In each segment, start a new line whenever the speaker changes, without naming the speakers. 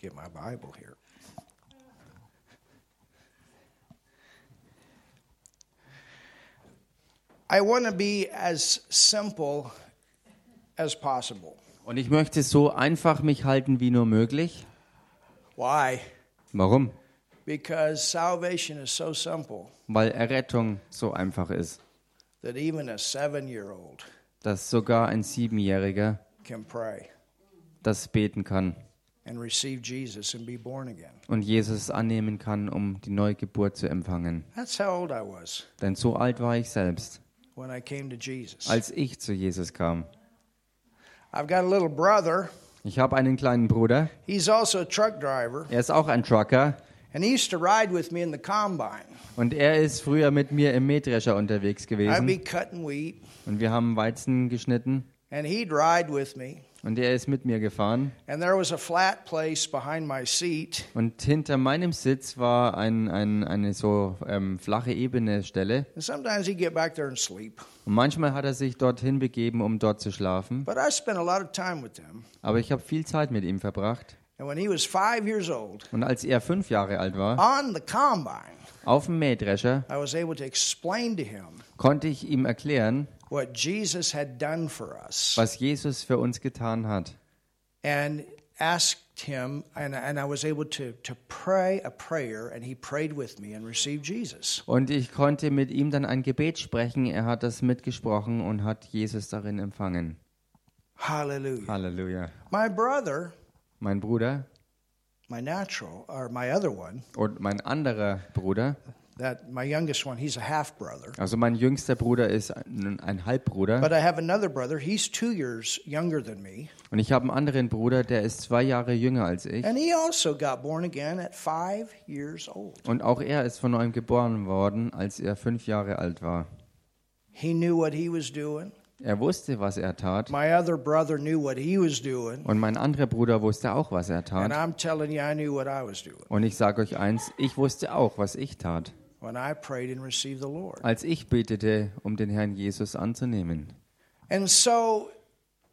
Get my Bible here. I want to be as simple as possible.
Und ich möchte so einfach mich halten wie nur möglich.
Why?
Warum?
Because salvation is so simple
Weil Errettung so einfach ist,
that even a seven year old
dass sogar ein Siebenjähriger
can pray
das beten kann
and receive Jesus and be born again.
und Jesus annehmen kann, um die Neugeburt zu empfangen.
That's how old I was
Denn so alt war ich selbst,
when I came to Jesus.
als ich zu Jesus kam.
I've got a little brother.
Ich habe einen kleinen Bruder,
He's also a truck driver,
er ist auch ein Trucker
and he used to ride with me in the combine.
und er ist früher mit mir im Mähdrescher unterwegs
I'd
gewesen
be cutting wheat,
und wir haben Weizen geschnitten
and he'd ride with me.
und er ist mit mir gefahren
And there was a flat place behind my seat,
und hinter meinem Sitz war ein, ein, eine so ähm, flache Ebene Stelle
and sometimes he'd get back there and sleep.
und manchmal hat er sich dorthin begeben, um dort zu schlafen,
But I spent a lot of time with him.
aber ich habe viel Zeit mit ihm verbracht
And when he was five years old,
und als er fünf Jahre alt war,
on the combine,
auf dem Mähdrescher,
I was able to explain to him
konnte ich ihm erklären,
what Jesus had done for us
was Jesus für uns getan hat.
and asked him, and, and I was able to, to pray a prayer, and he prayed with me and received Jesus.
Und ich konnte mit ihm dann ein Gebet sprechen. Er hat das mitgesprochen und hat Jesus darin empfangen.
Hallelujah.
Halleluja.
My brother,
Mein Bruder
my natural, or my other one,
und mein anderer Bruder,
that my youngest one, he's a half brother.
also mein jüngster Bruder ist ein, ein Halbbruder.
But I have another brother, he's two years younger than me,
Und ich habe einen anderen Bruder, der ist zwei Jahre jünger als ich.
and he also got born again at five years old.
Und auch er ist von neuem geboren worden, als er fünf Jahre alt war.
He knew what he was doing.
Er wusste, was er tat.
My other brother knew what he was doing.
Und mein anderer Bruder wusste auch, was er
And
tat.
I'm telling you, I knew what I was doing
Und ich sage euch eins, ich wusste auch, was ich tat,
when I prayed and received the Lord.
als ich betete, um den Herrn Jesus anzunehmen.
And so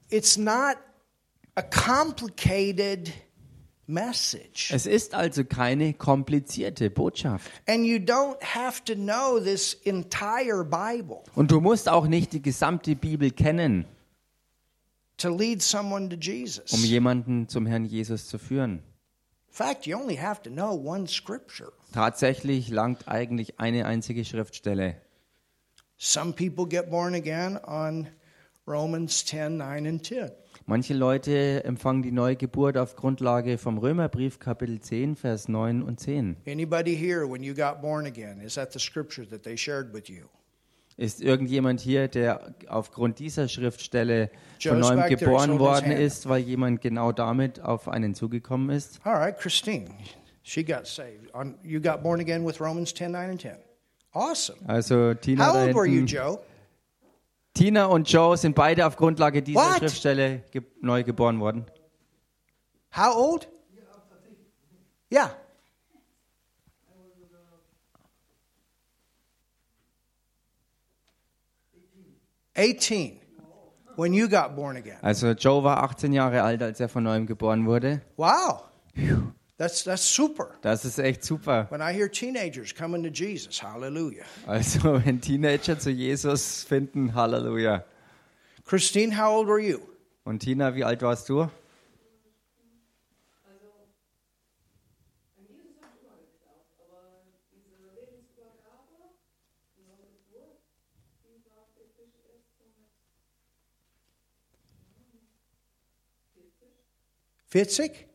it's not a complicated message.
Es ist also keine komplizierte Botschaft.
And you don't have to know this entire Bible
Und du musst auch nicht die gesamte Bibel kennen,
to lead someone to
um
Jesus. In
jemanden zum Herrn Jesus zu führen.
fact, you only have to know one scripture.
Tatsächlich langt eigentlich eine einzige Schriftstelle.
Some people get born again on Romans 10 9 and 10.
Manche Leute empfangen die Neugeburt auf Grundlage vom Römerbrief Kapitel 10, Vers 9 und 10.
Anybody here, when you got born again, is that the scripture that they shared with you?
Ist irgendjemand hier, der aufgrund dieser Schriftstelle
Joe's
von neuem
back there, he's
geboren
holding his
worden
hand.
ist, weil jemand genau damit auf einen zugekommen ist?
All right, Christine, she got saved. On, you got born again with Romans 10 9 and 10. Awesome.
Also Tina,
How
da
old were you,
hinten,
Joe?
Tina und Joe sind beide auf Grundlage dieser
What?
Schriftstelle ge neu geboren worden.
How old? Yeah. Eighteen. When you got born again.
Also Joe war 18 Jahre alt, als er von neuem geboren wurde.
Wow. That's that's super.
Das ist echt super.
When I hear teenagers coming to Jesus, hallelujah.
Also wenn Teenager zu Jesus finden, Halleluja.
Christine, how old were you?
Und Tina, wie alt warst du?
Fitzig?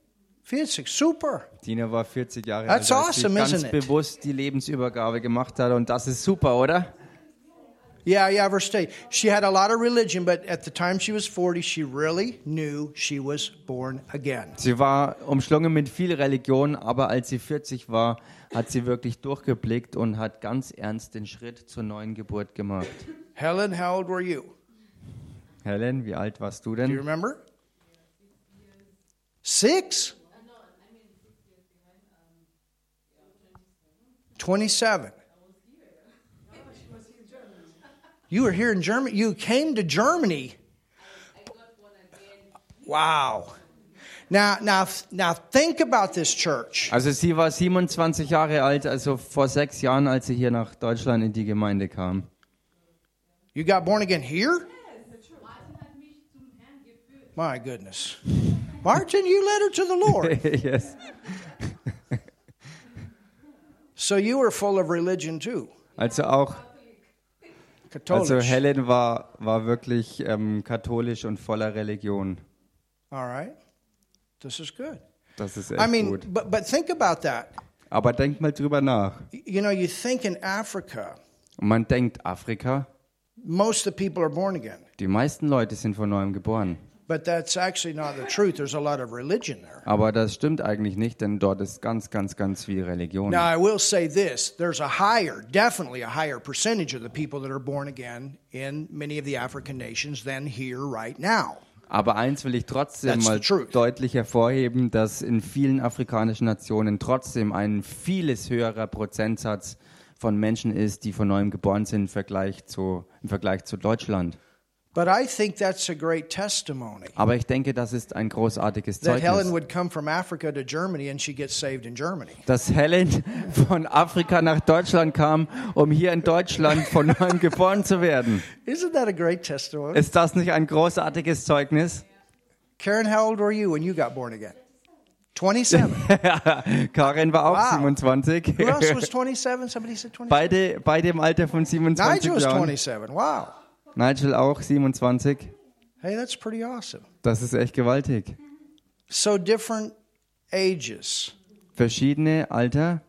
Fitzig, super.
Tina war 40 Jahre
That's
alt, als
awesome,
sie ganz
isn't it?
bewusst die Lebensübergabe gemacht hat. Und das ist super, oder?
Yeah, yeah, of her state. She had a lot of religion, but at the time she was 40, she really knew she was born again.
Sie war umschlungen mit viel Religion, aber als sie 40 war, hat sie wirklich durchgeblickt und hat ganz ernst den Schritt zur neuen Geburt gemacht.
Helen, how old were you?
Helen, wie alt warst du
Do you
denn?
remember? Six? 27. You were here in Germany. You came to Germany. Wow. Now, now, now think about this church.
Also sie war 27 Jahre alt, also vor sechs Jahren, als sie hier nach Deutschland in die Gemeinde kam.
You got born again here? My goodness. Martin, you led her to the Lord.
yes.
So you were full of religion too.
Also auch, also
Catholics.
Helen war, war wirklich ähm, katholisch und voller Religion.
All right. This is good.
Das ist
I
echt
mean,
gut.
but, but think about that.
Aber denk mal drüber nach.
Y- You know, you think in Africa,
Und man denkt, Afrika,
most of the people are born again.
die meisten Leute sind von neuem geboren.
But that's actually not the truth. There's a lot of religion there.
Aber das stimmt eigentlich nicht, denn dort ist ganz, ganz, ganz viel Religion.
Now, I will say this there's a higher, definitely a higher percentage of the people that are born again in many of the African nations than here right now.
Aber eins will ich trotzdem
That's
mal
the truth.
deutlich hervorheben, dass in vielen afrikanischen Nationen trotzdem ein vieles höherer Prozentsatz von Menschen ist, die von neuem geboren sind im Vergleich zu, im Vergleich zu Deutschland.
But I think that's a great testimony
Aber ich denke, das ist ein großartiges
that Helen
Zeugnis.
would come from Africa to Germany and she gets saved in Germany.
Dass Helen von Afrika nach Deutschland kam, um hier in Deutschland von neuem geboren zu werden.
Isn't that a great testimony?
Ist das nicht ein großartiges Zeugnis?
Karen, how old were you when you got born again? 27.
Karin war auch
Wow.
27.
Who else was 27? Somebody said 27.
Beide, beide im Alter von 27
Nigel was
Jahren.
27. Wow.
Nigel auch 27.
Hey, that's pretty awesome.
Das ist echt gewaltig.
So different ages.
Verschiedene Alter.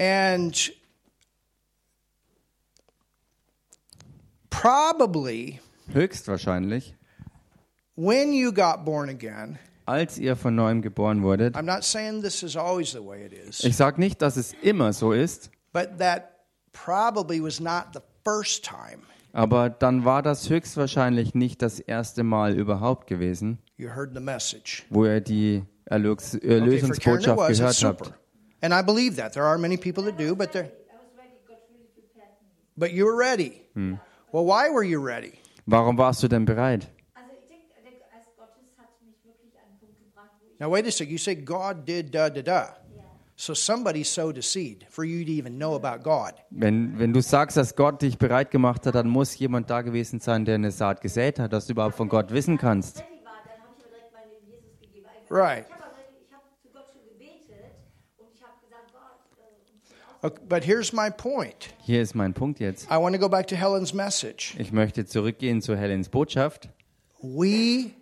And probably
Höchstwahrscheinlich.
when you got born again,
Als ihr von neuem geboren wurdet.
I'm not saying this is always the way it is,
Ich sage nicht, dass es immer so ist,
but that probably was not the first time
aber dann war das höchstwahrscheinlich nicht das erste Mal überhaupt gewesen,
you heard the message.
wo ihr die Erlös
Okay, for Karen it
Erlösungsbotschaft
was, that's
gehört
super.
habt.
And I believe that. There are many people that do, but they're. But you were ready. Well, why were you ready?
Warum warst du denn bereit?
Also ich denke, der Geist Gottes hat mich wirklich an einen Punkt gebracht, wo ich
Now, wait a second. You say God did da da da. So somebody sowed a seed for you to even know about God.
Wenn, wenn du sagst, dass Gott dich bereit gemacht hat, dann muss jemand da gewesen sein, der eine Saat gesät hat, dass du überhaupt von Gott wissen kannst.
fertig war, dann habe ich aber direkt mein Leben Jesus gegeben. Einfach-
Right.
Ich habe aber- ich habe zu Gott schon gebetet und ich habe gesagt, Gott, äh, und ich auch-
Okay, but here's my point.
Hier ist mein Punkt jetzt.
I want to go back to Helen's message.
Ich möchte zurückgehen zu Helens Botschaft.
We,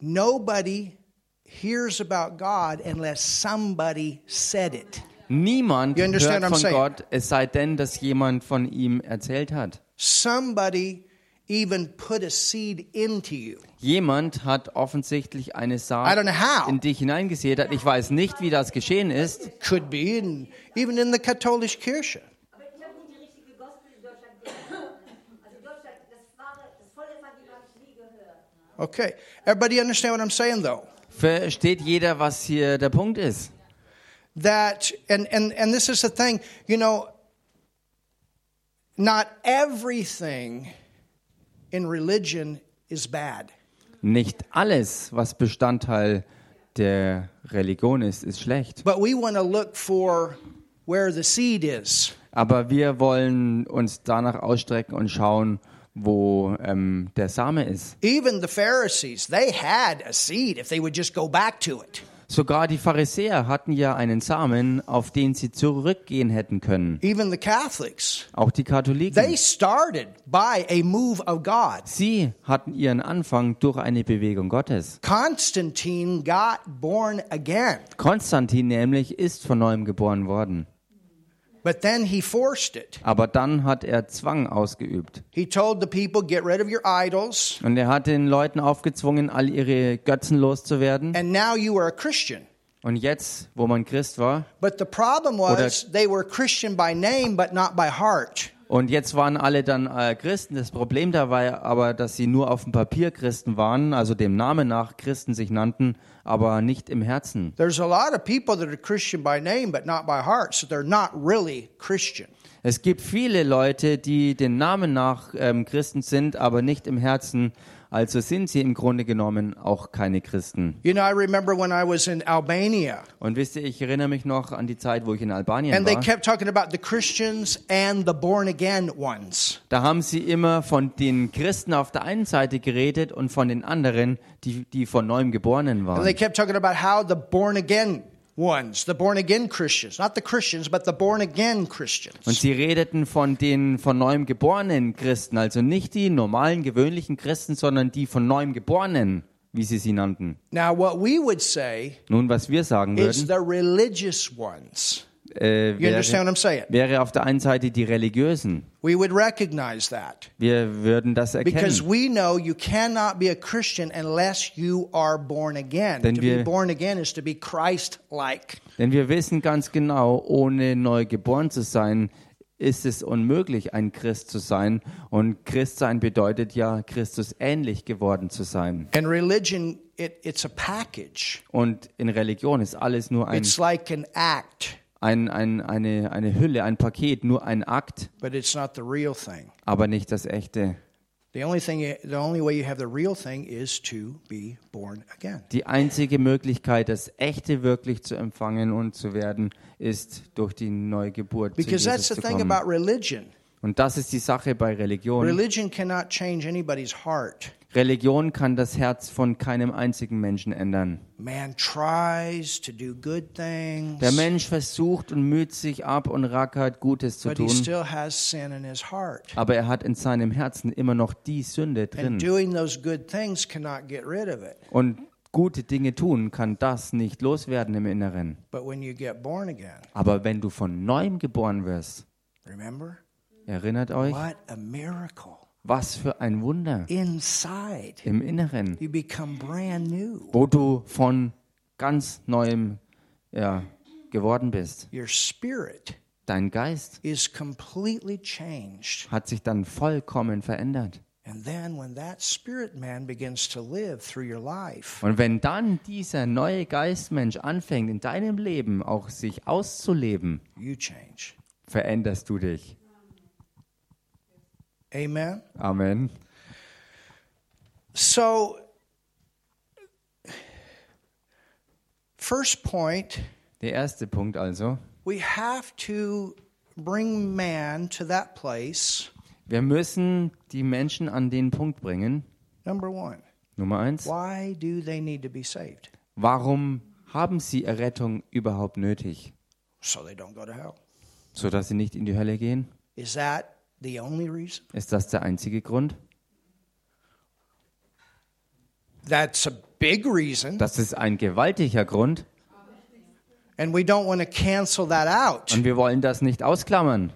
nobody hears about God unless somebody said it.
Niemand
You
hört
understand
von
what I'm saying?
Gott, es sei denn, dass jemand von ihm erzählt hat.
Somebody even put a seed into you.
Jemand hat offensichtlich eine
I
Saat
don't know how.
in dich hineingesät hat. Ich weiß nicht, wie das geschehen ist.
Could be, in, even in the Katholisch Kirche.
aber ich habe nie die richtige Gospel in Deutschland gehört. Also in Deutschland, das wahre, das volle Evangelium habe ich nie gehört.
Okay. Everybody understand what I'm saying, though?
Versteht jeder, was hier der Punkt ist?
that and and and this is the thing you know not everything in religion is bad
Nicht alles, was Bestandteil der Religion ist, ist schlecht.
but we want to look for where the seed is
Aber wir wollen uns danach ausstrecken und schauen, wo ähm, der Same ist.
even the pharisees they had a seed if they would just go back to it
Sogar die Pharisäer hatten ja einen Samen, auf den sie zurückgehen hätten können.
even the catholics
Auch die
they
Katholiken.
started by a move of god
Sie hatten ihren Anfang durch eine Bewegung Gottes.
constantine got born again
Konstantin nämlich ist von neuem geboren worden.
but then he forced it
Aber dann hat er Zwang ausgeübt.
he told the people get rid of your idols
Und er hat den Leuten aufgezwungen, all ihre Götzen loszuwerden.
and now you are a Christian.
Und jetzt, wo man Christ war,
But the problem was they were Christian by name, but not by heart.
und jetzt waren alle dann äh, Christen. Das Problem dabei aber, dass sie nur auf dem Papier Christen waren, also dem Namen nach Christen sich nannten, aber nicht im Herzen.
There's a lot of people that are Christian by name, but not by heart, so they're not really Christian.
Es gibt viele Leute, die den Namen nach ähm, Christen sind, aber nicht im Herzen, Also sind sie im Grunde genommen auch keine Christen.
You know, I remember when I was in Albania,
Und wisst ihr, ich erinnere mich noch an die Zeit, wo ich in Albanien
and they
war.
kept talking about the Christians and the born again ones.
Da haben sie immer von den Christen auf der einen Seite geredet und von den anderen, die, die von neuem Geborenen
And they
waren.
kept talking about how the born again ones, the born again Christians, not the Christians, but the born again
Und
Christians.
sie redeten von den von neuem geborenen Christen, also nicht die normalen, gewöhnlichen Christen, sondern die von neuem Geborenen, wie sie sie nannten.
Now, what we would say
Nun, was wir sagen
is
würden,
the religious ones.
äh,
You understand what
wäre,
I'm saying?
wäre auf der einen Seite die Religiösen.
We would recognize that
Wir würden das
because
erkennen.
we know you cannot be a Christian unless you are born again.
Then
to be
we-
born again is to be Christ like.
Denn wir wissen ganz genau, ohne neu geboren zu sein, ist es unmöglich, ein Christ zu sein. Und Christ sein bedeutet ja, Christus ähnlich geworden zu sein.
And religion, it, it's a package,
Und in Religion ist alles nur ein,
it's like an act,
ein, ein, eine, eine Hülle, ein Paket, nur ein Akt,
but it's not the real thing.
aber nicht das Echte.
The only thing, the only way you have the real thing is to be born again.
Die einzige Möglichkeit, das Echte wirklich zu empfangen und zu werden, ist durch die Neugeburt zu
Because that's
Jesus
the
zu
thing
kommen.
about religion.
Und das ist die Sache bei Religion.
Religion cannot change anybody's heart.
Religion kann das Herz von keinem einzigen Menschen ändern.
Man tries to do good things,
Der Mensch versucht und müht sich ab und rackert Gutes zu
but he
tun,
still has sin in his heart.
aber er hat in seinem Herzen immer noch die Sünde
And
drin.
doing those good things cannot get rid of it.
Und gute Dinge tun kann das nicht loswerden im Inneren.
But when you get born again,
Aber wenn du von neuem geboren wirst,
remember?
erinnert euch,
What a miracle.
was für ein Wunder
Inside,
im Inneren,
you become brand new.
wo du von ganz neuem ja, geworden bist.
Your spirit
Dein Geist
is completely changed.
hat sich dann vollkommen verändert.
And then when that spirit man begins to live through your life,
Und wenn dann dieser neue Geistmensch anfängt, in deinem Leben auch sich auszuleben,
you change.
veränderst du dich.
Amen.
Amen.
So first point,
Der erste Punkt also.
we have to bring man to that place.
Wir müssen die Menschen an den Punkt bringen.
Number 1.
Nummer eins.
Why do they need to be saved?
Warum haben sie Errettung überhaupt nötig?
So they don't go to hell.
Sodass sie nicht in die Hölle gehen?
Is that the only reason?
Ist das der einzige Grund?
That's a big reason,
Das ist ein gewaltiger Grund
and we don't want to cancel that out.
und wir wollen das nicht ausklammern.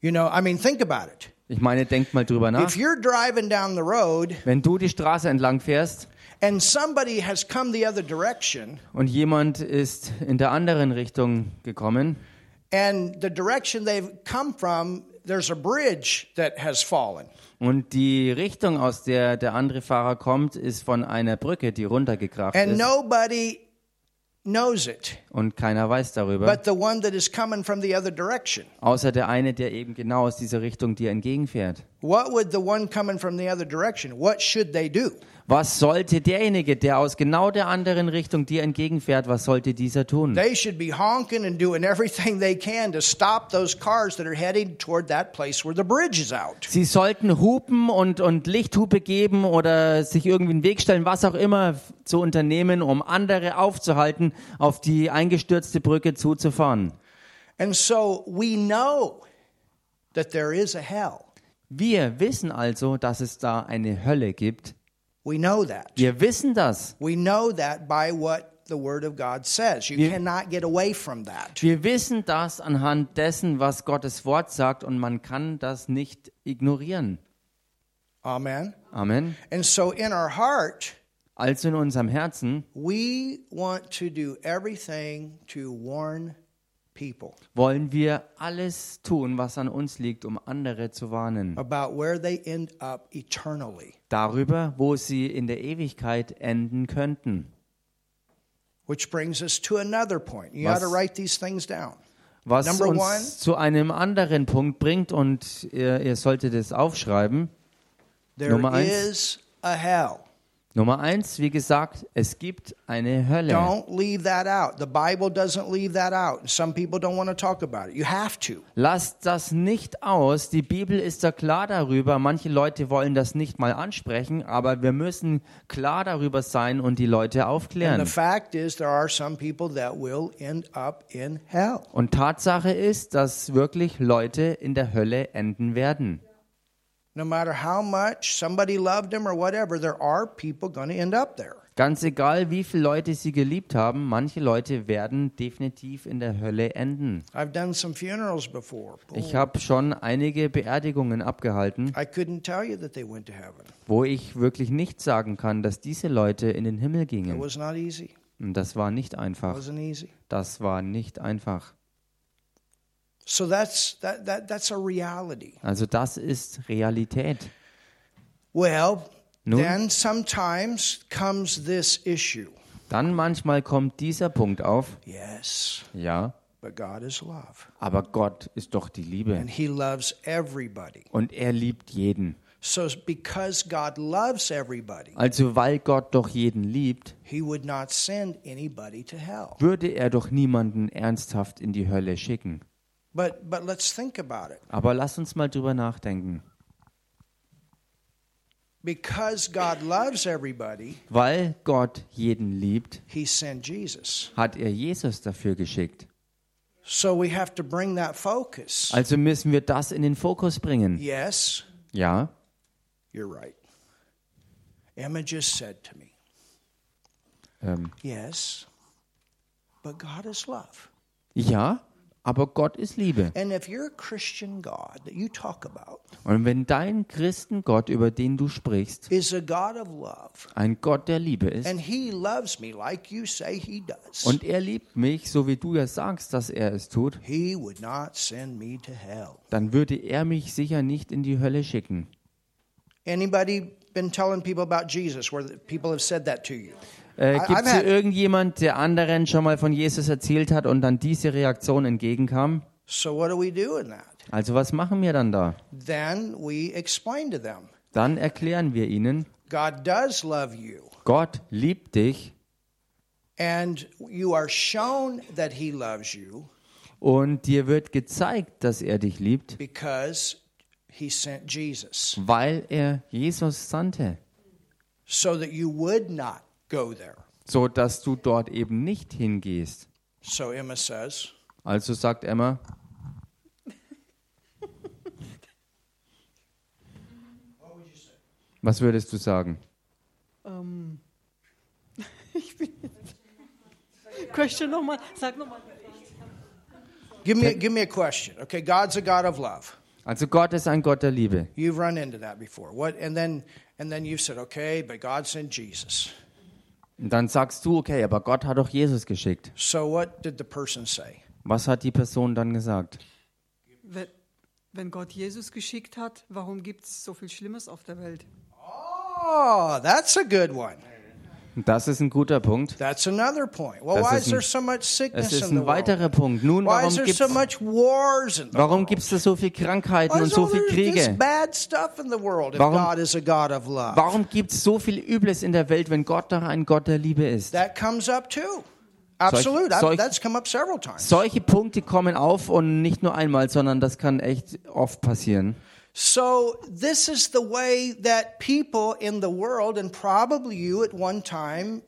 You know, I mean, think about it.
Ich meine, denkt mal drüber nach.
If you're driving down the road
Wenn du die Straße entlang fährst
and somebody has come the other direction,
und jemand ist in der anderen Richtung gekommen
and the direction they've come from, there's a bridge that has fallen.
und die Richtung, aus der der andere Fahrer kommt, ist von einer Brücke, die runtergekracht
And
ist
nobody knows it
und keiner weiß darüber,
but the one that is coming from the other direction.
außer der eine, der eben genau aus dieser Richtung dir entgegenfährt.
What would the one coming from the other direction, what should they do?
Was sollte derjenige, der aus genau der anderen Richtung dir entgegenfährt, was sollte dieser tun?
They should be honking and doing everything they can to stop those cars that are heading toward that place where the bridge is out.
Sie sollten hupen und, und Lichthupe geben oder sich irgendwie einen Weg stellen, was auch immer f- zu unternehmen, um andere aufzuhalten, auf die eingestürzte Brücke zuzufahren.
And so we know that there is a hell.
Wir wissen also, dass es da eine Hölle gibt.
We know that.
Wir wissen das.
We know that by what the Word of God says. You
Yeah.
cannot get away from that.
Wir wissen das anhand dessen, was Gottes Wort sagt und man kann das nicht ignorieren.
Amen.
Amen.
And so in our heart,
Also in unserem Herzen
we want to do everything to warn people
wollen wir alles tun, was an uns liegt, um andere zu warnen.
about where they end up eternally,
darüber, wo sie in der Ewigkeit enden könnten.
which brings us to another point. You
Was-
got to write these things down.
Was
Number
uns
one.
zu einem anderen Punkt bringt und ihr, ihr solltet es aufschreiben.
There
Nummer eins.
is a hell.
Nummer eins, wie gesagt, es gibt eine Hölle.
Don't leave that out. The Bible doesn't leave that out. And some people don't want to talk about it. You have to.
Lasst das nicht aus. Die Bibel ist da klar darüber. Manche Leute wollen das nicht mal ansprechen, aber wir müssen klar darüber sein und die Leute
And
aufklären.
the fact is, there are some people that will end up in hell.
Und Tatsache ist, dass wirklich Leute in der Hölle enden werden.
No matter how much somebody loved them or whatever, there are people going to end up there.
Ganz egal, wie viele Leute sie geliebt haben, manche Leute werden definitiv in der Hölle enden.
I've done some funerals before.
Ich habe schon einige Beerdigungen abgehalten,
I couldn't tell you that they went to heaven.
wo ich wirklich nicht sagen kann, dass diese Leute in den Himmel
It
gingen.
was not easy.
Und das war nicht
It
einfach.
wasn't easy.
Das war nicht einfach.
So that's that, that that's a reality.
Also das ist Realität.
Well,
Nun?
then sometimes comes this issue.
Dann manchmal kommt dieser Punkt auf.
Yes,
Ja,
but God is love.
aber Gott ist doch die Liebe.
And he loves everybody.
Und er liebt jeden.
So because God loves everybody,
Also weil Gott doch jeden liebt,
he would not send anybody to hell.
würde er doch niemanden ernsthaft in die Hölle schicken.
But but let's think about it.
Aber lass uns mal drüber nachdenken.
Because God loves everybody,
Weil Gott jeden liebt,
he sent Jesus.
hat er Jesus dafür geschickt.
So we have to bring that focus.
Also müssen wir das in den Fokus bringen.
yes,
Ja,
You're right. Emma just said to me,
ähm,
Yes, but God is love.
ja, aber Gott ist Liebe.
And if you're a Christian God that you talk about
Und wenn dein Christengott, über den du sprichst,
is a God of love,
ein Gott der Liebe ist
and He loves me like you say He does,
und er liebt mich, so wie du ja sagst, dass er es tut,
He would not send me to hell.
dann würde er mich sicher nicht in die Hölle schicken.
Anybody been telling people about Jesus where the- people have said that to you?
Äh,
I-
Gibt
I've
es
had-
irgendjemand, der anderen schon mal von Jesus erzählt hat und dann diese Reaktion entgegenkam?
So what do we do in that?
Also was machen wir dann da?
Then we explain to them,
Dann erklären wir ihnen,
God does love you.
Gott liebt dich
And you are shown that he loves you
und dir wird gezeigt, dass er dich liebt,
because he sent Jesus
weil er Jesus sandte,
so that you would not go there.
so dass du dort eben nicht hingehst.
So Emma says,
Also sagt Emma, was würdest du sagen?
Ähm, ich bin jetzt. Question nochmal, sag nochmal.
give me, give me a question. Okay, God's a God of love.
Also Gott ist ein Gott der Liebe.
You've run into that before. What and then and then you said, Okay, but God sent Jesus.
Und dann sagst du, okay, aber Gott hat doch Jesus geschickt.
So what did the person say?
Was hat die Person dann gesagt?
Wenn, wenn Gott Jesus geschickt hat, warum gibt es so viel Schlimmes auf der Welt?
Oh, that's a good one.
Und Das ist ein guter Punkt.
That's another point. Well,
Das
why
ist
is there
ein-
so much
Es
sickness
ist
in the
ein weiterer
world?
Punkt. Nun,
Why is
warum
there
gibt's
so much wars in the
Warum
world?
gibt es da so viel Krankheiten und so
all
viel
there this
Kriege?
bad stuff in the world if
Warum-
God is a God of love?
Warum gibt es so viel Übles in der Welt, wenn Gott doch ein Gott der Liebe ist?
That comes up too. Absolute.
solch-
I- That's come up several times.
Solche Punkte kommen auf und nicht nur einmal, sondern das kann echt oft passieren.
So this is the way that people in the world, and probably you at one time,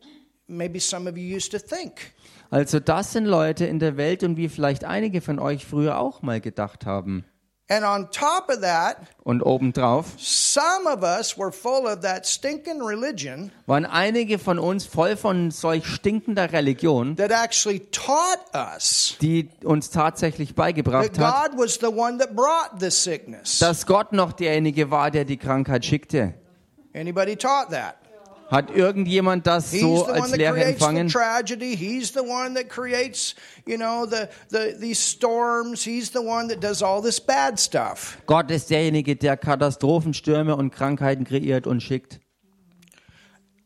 maybe some of you used to think.
Also das sind Leute in der Welt und wie vielleicht einige von euch früher auch mal gedacht haben.
And on top of that,
Und obendrauf
some of us were full of that stinking religion
waren einige von uns voll von solch stinkender Religion,
that actually taught us
die uns tatsächlich
that
beigebracht hat,
God was the one that brought the sickness.
dass Gott noch derjenige war, der die Krankheit schickte.
Anybody taught that?
Hat irgendjemand das
He's the
so
one
als
that
Lehre
creates the
empfangen?
tragedy. He's the one that creates, you know, the, the these storms. He's the one that does all this bad stuff.
Gott ist derjenige, der Katastrophen, Stürme und Krankheiten kreiert und schickt.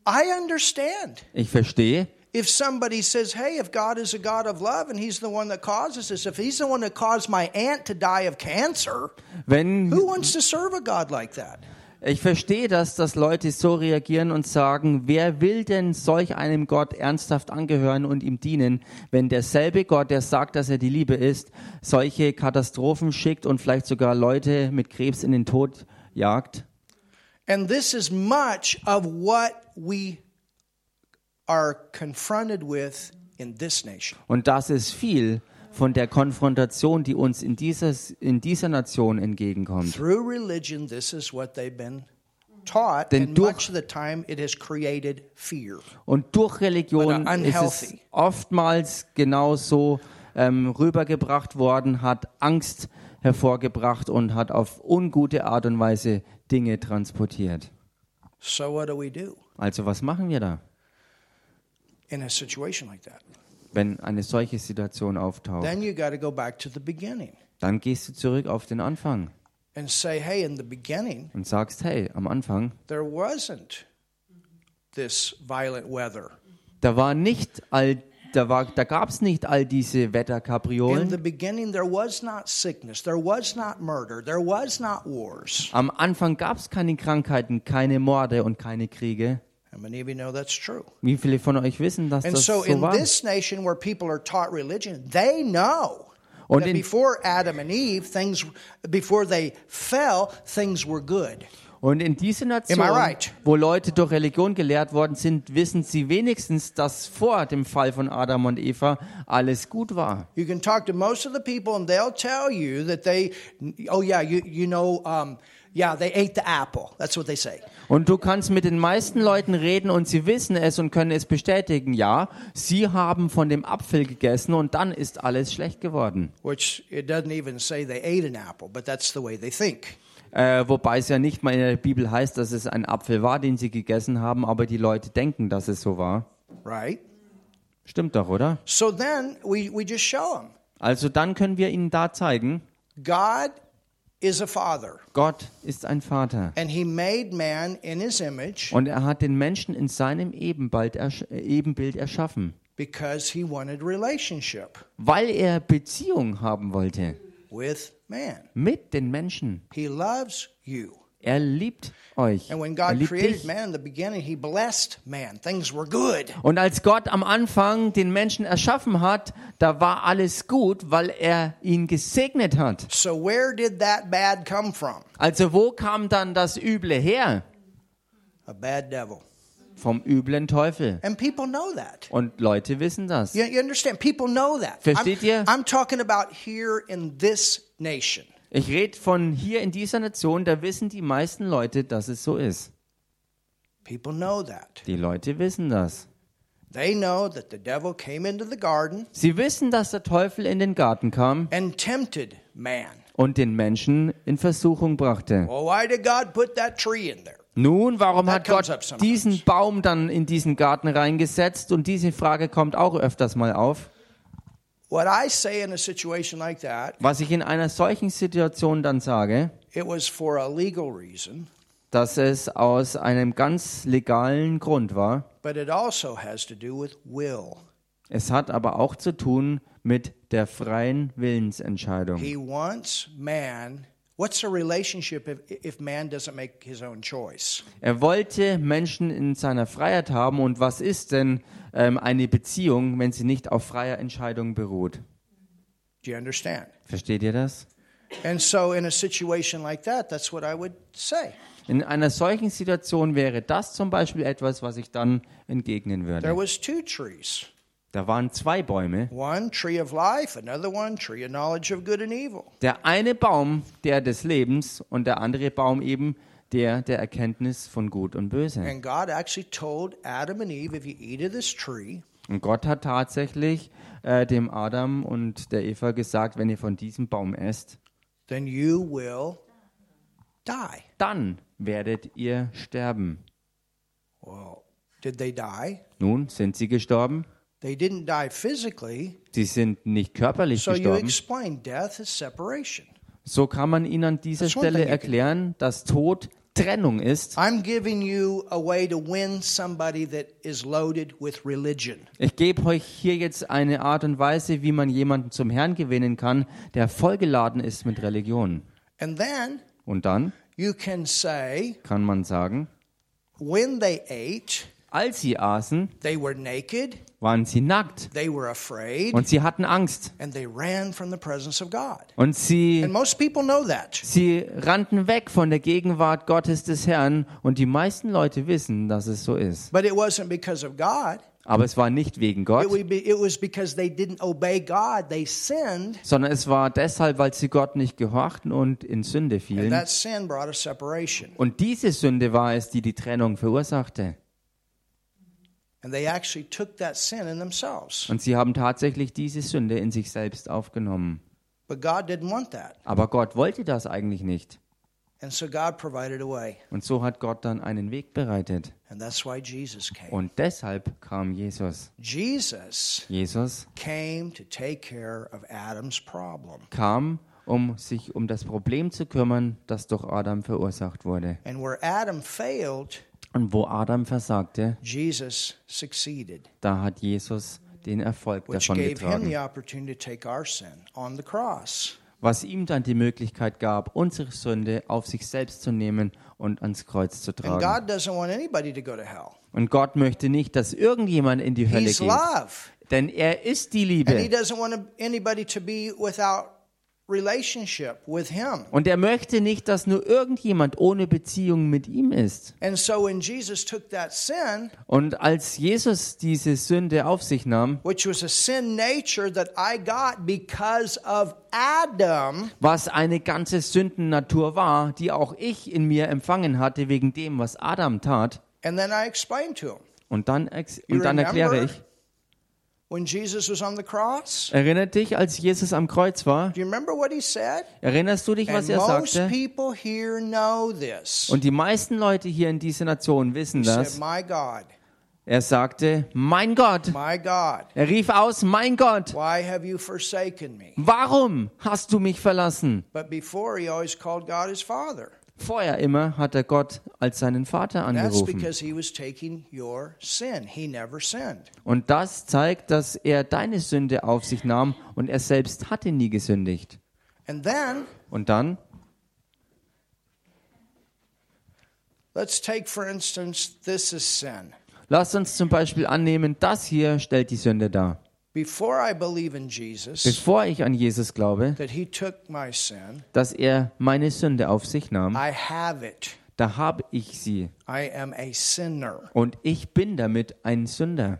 I understand
Ich verstehe.
if somebody says, "Hey, if God is a God of love and He's the one that causes this, if He's the one that caused my aunt to die of cancer,
Wenn,
who wants to serve a God like that?"
Ich verstehe das, dass Leute so reagieren und sagen, wer will denn solch einem Gott ernsthaft angehören und ihm dienen, wenn derselbe Gott, der sagt, dass er die Liebe ist, solche Katastrophen schickt und vielleicht sogar Leute mit Krebs in den Tod jagt?
And this is much of what we are confronted with in this nation.
Und das ist viel von der Konfrontation, die uns in, dieses, in dieser Nation entgegenkommt.
Through religion, this is what they've been taught,
Denn
and
durch-
much of the time it has created fear.
Und durch Religion
Oder
ist es
unhealthy.
oftmals genauso ähm, rübergebracht worden, hat Angst hervorgebracht und hat auf ungute Art und Weise Dinge transportiert.
So, what do we do
Also was machen wir da,
in a situation like that?
wenn eine solche Situation auftaucht?
Then you got to go back to the beginning
Dann gehst du zurück auf den Anfang
and say, hey, in the beginning,
und sagst, hey, am Anfang,
there wasn't this violent weather.
da war nicht all, da war, da gab es nicht all diese
In the
Wetterkapriolen.
beginning, there was not sickness, there was not murder, there was not wars.
Am Anfang gab es keine Krankheiten, keine Morde und keine Kriege.
How many of you know that's true?
Wie viele von euch wissen, dass
And
das
so,
so
in
war?
this nation where people are taught religion, they know
Und
that
in-
before Adam and Eve, things before they fell, things were good.
Und in diese Nation,
Am I right?
wo Leute durch Religion gelehrt worden sind, wissen sie wenigstens, dass vor dem Fall von Adam und Eva alles gut war.
You can talk to most of the people, and they'll tell you that they, oh yeah, you you know, um, yeah, they ate the apple. That's what they say.
Und du kannst mit den meisten Leuten reden und sie wissen es und können es bestätigen. Ja, sie haben von dem Apfel gegessen und dann ist alles schlecht geworden.
Which it doesn't even say they ate an apple, but that's the way they think.
Äh, wobei es ja nicht mal in der Bibel heißt, dass es ein Apfel war, den sie gegessen haben, aber die Leute denken, dass es so war.
right?
Stimmt doch, oder?
So then we, we just show them
Also dann können wir ihnen da zeigen,
God is a father,
Gott ist ein Vater.
and he made man in his image
Und er hat den Menschen in seinem Ebenbild, ersch äh, Ebenbild erschaffen,
because he wanted relationship
weil er Beziehung haben wollte
with man.
mit den Menschen.
He loves you.
Er liebt euch.
And when
Er
God
liebt
created
dich.
man in the beginning, he blessed man. Things were good.
Und als Gott am Anfang den Menschen erschaffen hat, da war alles gut, weil er ihn gesegnet hat.
So where did that bad come from?
Also wo kam dann das Üble her?
A bad devil.
Vom üblen Teufel.
And people know that.
Und Leute wissen das.
You, you understand? People know that. I'm-
Versteht ihr?
I'm talking about here in this nation.
Ich rede von hier in dieser Nation, da wissen die meisten Leute, dass es so ist.
People know that.
Die Leute wissen das.
They know that the devil came into the garden
Sie wissen, dass der Teufel in den Garten kam
and tempted man.
und den Menschen in Versuchung brachte.
Well, why did God put that tree in there?
Nun, warum
That
hat
comes up
Gott
sometimes.
diesen Baum dann in diesen Garten reingesetzt? Und diese Frage kommt auch öfters mal auf.
What I say in a situation like that,
Was ich in einer solchen Situation dann sage,
it was for a legal reason,
dass es aus einem ganz legalen Grund war.
but it also has to do with will.
Es hat aber auch zu tun mit der freien Willensentscheidung.
He wants man. What's a relationship if, if man doesn't make his own choice?
Er wollte Menschen in seiner Freiheit haben. Und was ist denn ähm, eine Beziehung, wenn sie nicht auf freier Entscheidung beruht?
Do you understand?
Versteht ihr das?
And so, in a situation like that, that's what I would say.
In einer solchen Situation wäre das zum Beispiel etwas, was ich dann entgegnen
There
würde.
was two trees.
Da waren zwei Bäume.
One tree of life, another one tree of knowledge of good and evil.
Der eine Baum, der des Lebens und der andere Baum eben der der Erkenntnis von Gut und Böse.
And God actually told Adam and Eve, if you eat of this tree,
Und Gott hat tatsächlich äh, dem Adam und der Eva gesagt, wenn ihr von diesem Baum esst,
then you will die.
dann werdet ihr sterben.
Well, did they die?
Nun sind sie gestorben.
They didn't die physically.
Sie sind nicht körperlich
So you
gestorben.
explain death is separation.
So kann man ihnen an dieser
That's one thing
Stelle
you can-
erklären, dass Tod Trennung ist.
I'm giving you a way to win somebody that is loaded with religion.
Ich gebe euch hier jetzt eine Art und Weise, wie man jemanden zum Herrn gewinnen kann, der vollgeladen ist mit Religion.
And then
Und dann?
you can say,
kann man sagen.
when they ate,
Als sie aßen,
they were naked,
waren sie nackt
they were afraid,
und sie hatten Angst.
and they ran from the presence of God.
Und sie,
And most people know that.
sie rannten weg von der Gegenwart Gottes des Herrn. Und die meisten Leute wissen, dass es so ist.
But it wasn't because of God.
Aber es war nicht wegen Gott,
It, would be, it was because they didn't obey God. They sinned,
sondern es war deshalb, weil sie Gott nicht gehorchten und in Sünde
and
fielen.
that sin brought a separation.
Und diese Sünde war es, die die Trennung verursachte.
And they actually took that sin in themselves.
Und sie haben tatsächlich diese Sünde in sich selbst aufgenommen.
But God didn't want that.
Aber Gott wollte das eigentlich nicht.
And so God provided a way.
Und so hat Gott dann einen Weg bereitet.
And that's why Jesus came.
Und deshalb kam Jesus.
Jesus
Jesus
came to take care of Adam's problem.
kam, um sich um das Problem zu kümmern, das durch Adam verursacht wurde.
And where Adam failed,
Und wo Adam versagte,
Jesus succeeded,
da hat Jesus den Erfolg
which
davon
gave him the
getragen,
opportunity to take our sin on the cross.
was ihm dann die Möglichkeit gab, unsere Sünde auf sich selbst zu nehmen und ans Kreuz zu
And
tragen.
God doesn't want anybody to go to hell.
Und Gott möchte nicht, dass irgendjemand in die Hölle
He's
geht,
love.
denn er ist die
And he
Liebe.
doesn't want anybody to be without relationship with him.
Und er möchte nicht, dass nur irgendjemand ohne Beziehung mit ihm ist.
And so when Jesus took that sin,
Und als Jesus diese Sünde auf sich nahm,
which was a sin nature that I got because of Adam,
was eine ganze Sündennatur war, die auch ich in mir empfangen hatte wegen dem, was Adam tat.
and then I explained to him.
Und dann, ex
You
und dann erkläre
remember
ich,
when Jesus was on the cross?
erinnert dich, als Jesus am Kreuz war,
Do you remember what he said?
erinnerst du dich,
And
was er
most
sagte?
people here know this.
Und die meisten Leute hier in dieser Nation wissen
He said,
das.
My God,
Er sagte, mein Gott.
my God,
Er rief aus, mein Gott,
why have you forsaken me?
warum hast du mich verlassen?
But before, he always called God his Father.
Vorher immer hat er Gott als seinen Vater
That's
angerufen.
because he was taking your sin. He never sinned.
Und das zeigt, dass er deine Sünde auf sich nahm und er selbst hatte nie gesündigt.
And then,
Und dann
let's take, for instance, this is sin.
Lasst uns zum Beispiel annehmen, das hier stellt die Sünde dar.
Before I believe in Jesus,
Bevor ich an Jesus glaube,
that he took my sin,
dass er meine Sünde auf sich nahm,
I have it.
da habe ich sie.
I am a sinner.
Und ich bin damit ein Sünder.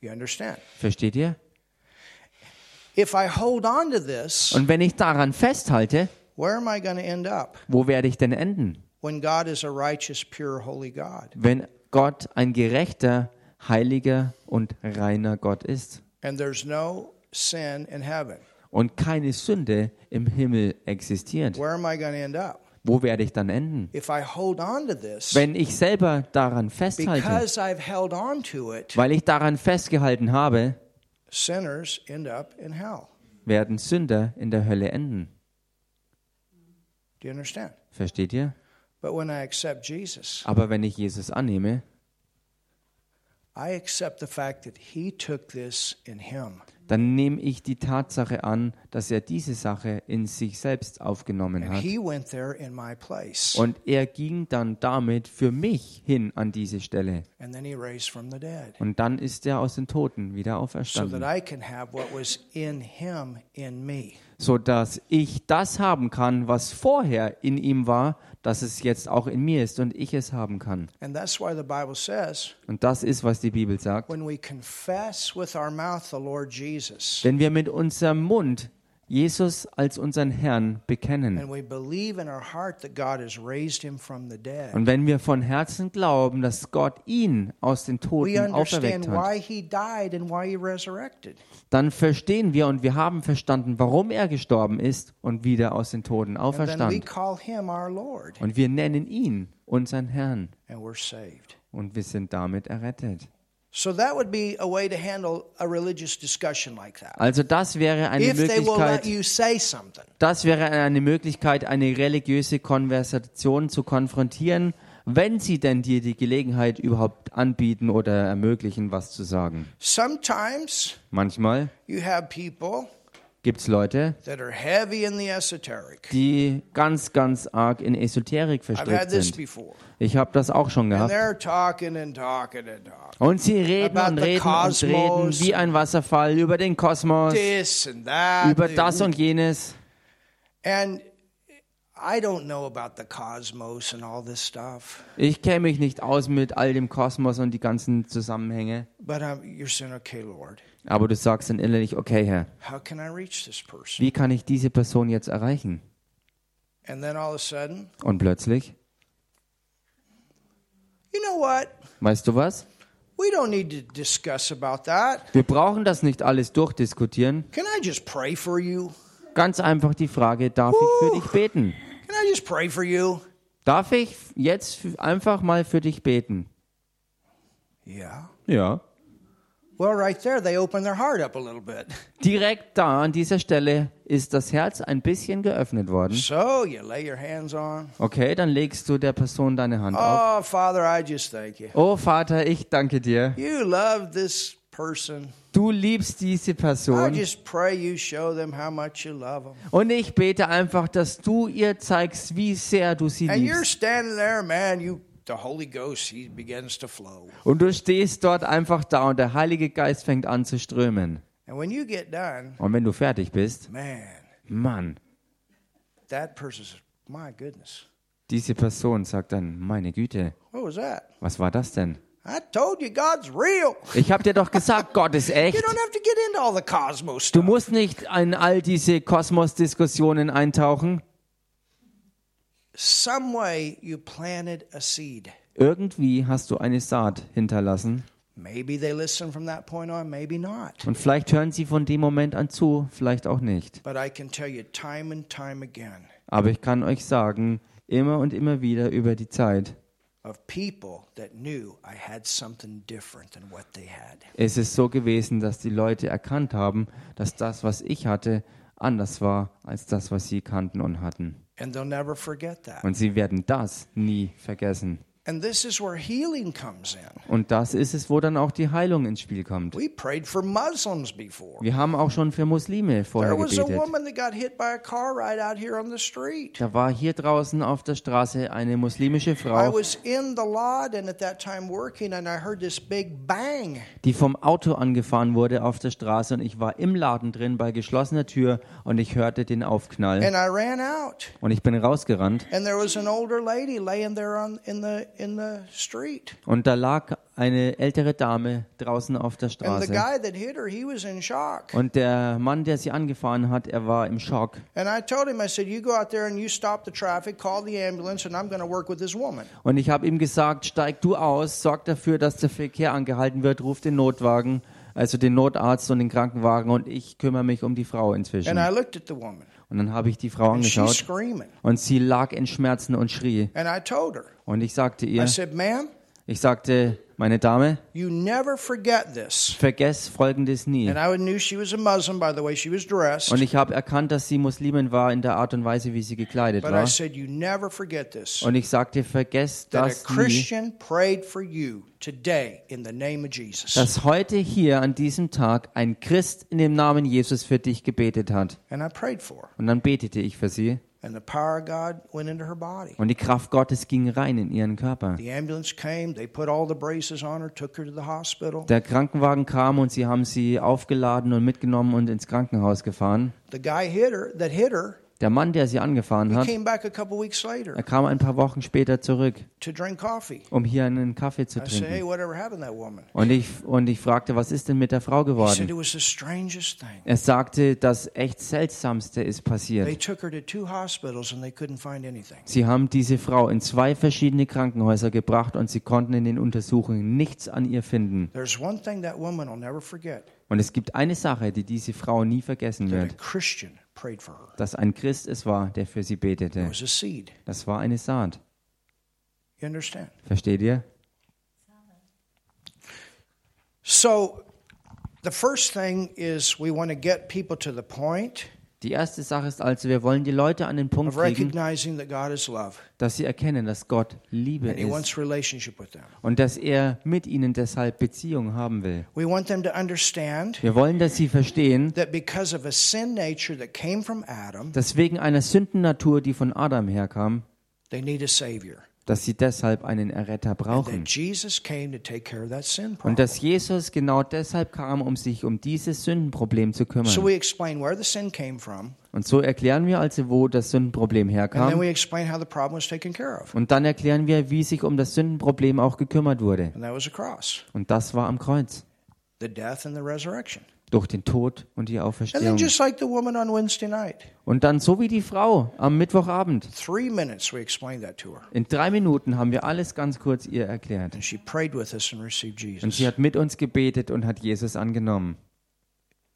You understand?
Versteht ihr?
If I hold on to this,
Und wenn ich daran festhalte,
where am I going to end up
wo werde ich denn enden?
when God is a righteous, pure, holy God?
Wenn Gott ein gerechter, heiliger und reiner Gott ist
And there's no sin in heaven.
und keine Sünde im Himmel existiert,
Where am I going to end up?
wo werde ich dann enden?
If I hold on to this,
Wenn ich selber daran festhalte,
because I've held on to it,
weil ich daran festgehalten habe,
sinners end up in hell.
werden Sünder in der Hölle enden.
Do you understand?
Versteht ihr?
But when I accept Jesus,
Aber wenn ich Jesus annehme,
I accept the fact that He took this in Him
dann nehme ich die Tatsache an, dass er diese Sache in sich selbst aufgenommen
and
hat.
He went there in my place.
Und er ging dann damit für mich hin an diese Stelle.
and then he raised from the dead
Und dann ist er aus den Toten wieder
so that
auferstanden,
I can have what was in him in me.
sodass ich das haben kann, was vorher in ihm war, dass es jetzt auch in mir ist und ich es haben kann.
And that's why the Bible says
Und das ist, was die Bibel sagt.
when we confess with our mouth the Lord Jesus
Wenn wir mit unserem Mund Jesus als unseren Herrn bekennen,
and we believe in our heart that God has raised him from the dead,
Und wenn wir von Herzen glauben, dass Gott ihn aus den
we
Toten
understand
auferweckt hat,
why he died and why he resurrected.
dann verstehen wir und wir haben verstanden, warum er gestorben ist und wieder aus den Toten
And then we
auferstand.
call him our Lord
Und wir nennen ihn unseren Herrn
and we're saved.
und wir sind damit errettet.
So that would be a way to handle a religious discussion like that.
Also das wäre eine
If they will let
Möglichkeit,
you say something.
das wäre eine Möglichkeit, eine religiöse Konversation zu konfrontieren, wenn sie denn dir die Gelegenheit überhaupt anbieten oder ermöglichen, was zu sagen.
Sometimes
Manchmal
you have people
gibt es Leute,
that are heavy in the esoteric.
die ganz, ganz arg in Esoterik
I've had
verstrickt
this
sind.
before.
Ich habe das auch
And
schon gehabt.
they're talking and talking and talking.
Und sie reden
About
und
the
reden und reden
cosmos.
wie ein Wasserfall über den Kosmos,
This and that.
über
the-
das und jenes.
And I don't know about the cosmos and all this stuff,
Ich kenne mich nicht aus mit all dem Kosmos und die ganzen Zusammenhänge.
but I'm, you're saying, okay, Lord,
Aber du sagst dann innerlich, okay, Herr,
how can I reach this person?
wie kann ich diese Person jetzt erreichen?
And then all of a sudden,
Und plötzlich,
you know what?
weißt du was?
We don't need to discuss about that.
Wir brauchen das nicht alles durchdiskutieren.
Can I just pray for you?
Ganz einfach die Frage, darf ich für dich beten?
Can I just pray for you?
Darf ich jetzt f- einfach mal für dich beten?
Yeah.
Ja.
Well, right there, they open their heart up a little bit.
Mm-hmm. Direkt da an dieser Stelle ist das Herz ein bisschen geöffnet worden.
So you lay your hands on.
Okay, dann legst du der Person deine Hand auf.
Oh, Father, I just thank you.
Oh Vater, ich danke dir.
You love this person.
Du liebst diese
I
Person
just pray you show them how much you love them.
und ich bete einfach, dass du ihr zeigst, wie sehr du sie
And you're
liebst.
standing there, man, you the Holy Ghost, he begins to flow.
Und du stehst dort einfach da und der Heilige Geist fängt an zu strömen.
And when you get done,
Und wenn du fertig bist,
man,
Mann,
that person's my goodness.
diese Person sagt dann, meine Güte,
What was that?
was war das denn?
I told you God's real.
Ich habe dir doch gesagt, Gott ist
You
echt.
don't have to get into all the cosmos
Du
stuff.
musst nicht in all diese Kosmos-Diskussionen eintauchen.
Some way you planted a seed.
Irgendwie hast du eine Saat hinterlassen.
Maybe they listen from that point on, maybe not.
Und vielleicht hören sie von dem Moment an zu, vielleicht auch nicht.
But I can tell you time and time again
Aber ich kann euch sagen, immer und immer wieder über die Zeit
of people that knew I had something different than what they had.
ist es so gewesen, dass die Leute erkannt haben, dass das, was ich hatte, anders war als das, was sie kannten und hatten.
And they'll never forget that.
Und sie werden das nie vergessen.
And this is where healing comes in.
Und das ist es, wo dann auch die Heilung ins Spiel kommt.
We prayed for Muslims before.
Wir haben auch schon für Muslime vorher
There was a
gebetet.
woman that got hit by a car right out here on the street.
Da war hier draußen auf der Straße eine muslimische
I
Frau,
was in the lot and at that time working, and I heard this big bang.
die vom Auto angefahren wurde auf der Straße und ich war im Laden drin bei geschlossener Tür und ich hörte den Aufknall
And I ran out,
und ich bin rausgerannt
and there was an older lady laying there on in the in the street.
und da lag eine ältere Dame draußen auf der
And the
Straße
guy that hit her, he was in shock.
und der Mann, der sie angefahren hat, er war im Schock
And I told him, I said, "You go out there and you stop the traffic, call the ambulance, and I'm going to work with this woman."
und ich habe ihm gesagt, steig du aus, sorg dafür, dass der Verkehr angehalten wird, ruf den Notwagen, also den Notarzt und den Krankenwagen und ich kümmere mich um die Frau inzwischen.
And I looked at the woman,
Und dann habe ich die Frau
and she's
angeschaut
screaming.
und sie lag in Schmerzen und schrie.
And I told her,
Und ich sagte
I
ihr,
said, "Ma'am,
ich sagte, meine Dame,
you never forget this."
vergess Folgendes nie.
And I knew she was a Muslim by the way she was dressed.
Und ich habe erkannt, dass sie Muslimin war in der Art und Weise, wie sie gekleidet
But I
war.
said, you never forget this.
Und ich sagte, vergess
That a
das nie,
Christian prayed for you today in the name of Jesus.
dass heute hier an diesem Tag ein Christ in dem Namen Jesus für dich gebetet hat.
And I prayed for her.
Und dann betete ich für sie
And the power of God went into her body.
und die Kraft Gottes ging rein in ihren Körper.
The ambulance came. They put all the braces on her, took her to the hospital.
Der Krankenwagen kam und sie haben sie aufgeladen und mitgenommen und ins Krankenhaus gefahren.
The guy hit her, that hit her
Der Mann, der sie angefahren hat,
came back a couple weeks
Er
later
kam ein paar Wochen später zurück,
to drink coffee.
um hier einen Kaffee zu
I said, hey,
trinken.
whatever happened to that woman?
Und ich, und ich fragte, was ist denn mit der Frau
He said, it
geworden?
was the strangest thing.
Er sagte, das echt Seltsamste ist
They
passiert.
took her to two hospitals and they couldn't find anything.
Sie haben diese Frau in zwei verschiedene Krankenhäuser gebracht und sie konnten in den Untersuchungen nichts an ihr finden.
There's one thing that woman will never forget.
Und es gibt eine Sache, die diese Frau nie vergessen
that a
wird,
Christian prayed for her.
dass ein Christ es war, der für sie
It
betete.
was a seed.
Das war eine Saat.
You understand?
Versteht ihr?
So, the first thing is we want to get people to the point
Die erste Sache ist also, wir wollen die Leute an den Punkt
of
kriegen,
recognizing that God is love
dass sie erkennen, dass Gott Liebe
and He
ist
wants relationship with them.
und dass er mit ihnen deshalb Beziehung haben will.
We want them to understand
Wir wollen, dass sie verstehen,
that because of a sin nature that came from Adam,
dass wegen einer Sündennatur, die von Adam herkam,
they need a Savior.
dass sie deshalb einen Erretter
And that
brauchen.
Jesus came to take care of that sin
Und
problem.
dass Jesus genau deshalb kam, um sich um dieses Sündenproblem zu
So
kümmern.
we explain where the sin came from,
Und so erklären wir also, wo das Sündenproblem
and then
herkam.
we explain how the problem was taken care of.
Und dann erklären wir, wie sich um das Sündenproblem auch gekümmert wurde.
And that was a cross,
Und das war am Kreuz.
the death and the resurrection.
Durch den Tod und
And
die
then
Auferstehung.
just like the woman on Wednesday night,
Und dann so wie die Frau am Mittwochabend.
three minutes we explained that to her.
In drei Minuten haben wir alles ganz kurz ihr erklärt.
And she prayed with us and received
Und
Jesus.
sie
It
hat mit uns gebetet und hat Jesus angenommen.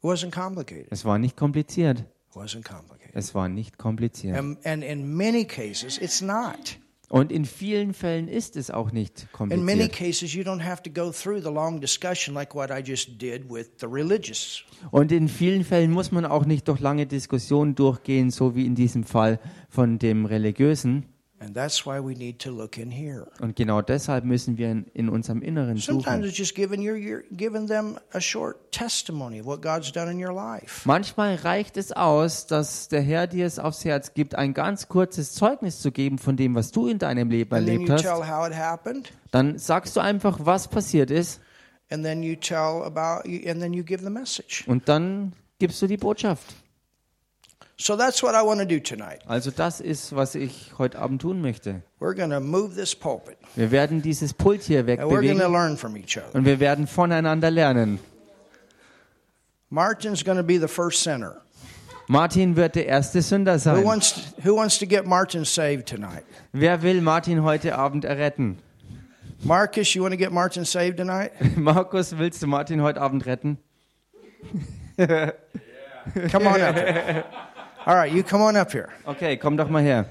wasn't complicated.
Es war nicht kompliziert.
It wasn't complicated.
Es war nicht kompliziert.
And, and in many cases, it's not.
Und in vielen Fällen ist es auch nicht
In many
kompliziert.
cases, you don't have to go through the long discussion like what I just did with the religious.
Und in vielen Fällen muss man auch nicht durch lange Diskussionen durchgehen, so wie in diesem Fall von dem Religiösen.
And that's why we need to look in here.
Und genau deshalb müssen wir in, in unserem Inneren
Sometimes
suchen.
it's just giving, your, your, giving them a short testimony of what God's done in your life.
Manchmal reicht es aus, dass der Herr dir es aufs Herz gibt, ein ganz kurzes Zeugnis zu geben von dem, was du in deinem Leben
And then
erlebt
you tell
hast.
how it happened,
Dann sagst du einfach, was passiert ist,
and then you tell about, and then you give the message.
und dann gibst du die Botschaft.
So that's what I want to do tonight.
Also das ist, was ich heute Abend tun möchte.
We're going to move this pulpit,
Wir werden dieses Pult hier
and we're going to
wegbewegen
learn from each other.
und wir werden voneinander lernen.
Martin's going to be the first sinner.
Martin wird der erste Sünder
Who
sein.
wants, who wants to get Martin saved tonight?
Wer will Martin heute Abend erretten?
Marcus, you want to get Martin saved tonight?
Markus, willst du Martin heute Abend retten?
Come on up here. All right, you come on up here.
Okay, komm doch mal her.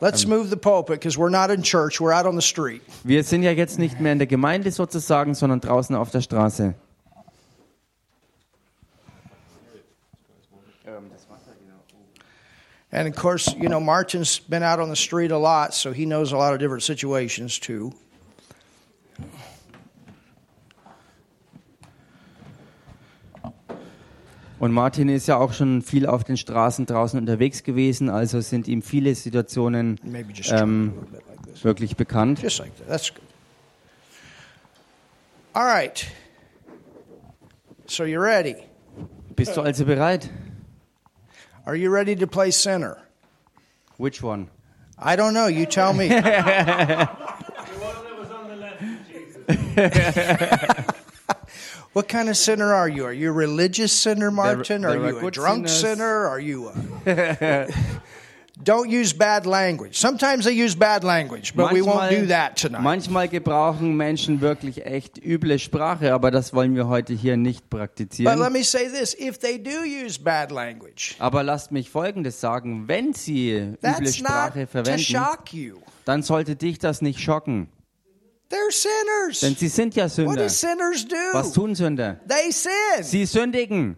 Let's move the pulpit because we're not in church, we're out on the street.
Wir sind ja jetzt nicht mehr in der Gemeinde sozusagen, sondern draußen auf der Straße.
And of course, you know, Martin's been out on the street a lot, so he knows a lot of different situations too.
Und Martin ist ja auch schon viel auf den Straßen draußen unterwegs gewesen, also sind ihm viele Situationen
Maybe just turn it a
ähm,
little bit like this.
wirklich bekannt.
Just like that. That's good. All right. So you're ready.
Bist du also bereit?
Are you ready to play center?
Which one?
I don't know. You tell me. What kind of sinner are you? Are you a religious sinner, Martin?
there
are
are
you a
good
drunk
sinners.
sinner? Are you a. don't use bad language. Sometimes they use bad language, but we won't do that tonight.
manchmal gebrauchen Menschen wirklich echt üble Sprache, aber das wollen wir heute hier nicht
but let
praktizieren.
me say this if they do use bad language,
Aber lasst mich Folgendes sagen, wenn Sie üble
that's not
Sprache
to
verwenden,
shock you.
dann sollte dich das nicht schocken.
They're
Denn
sinners.
sie sind ja
What
Sünder.
do sinners
Was
do?
tun Sünder?
They sin.
Sie sündigen.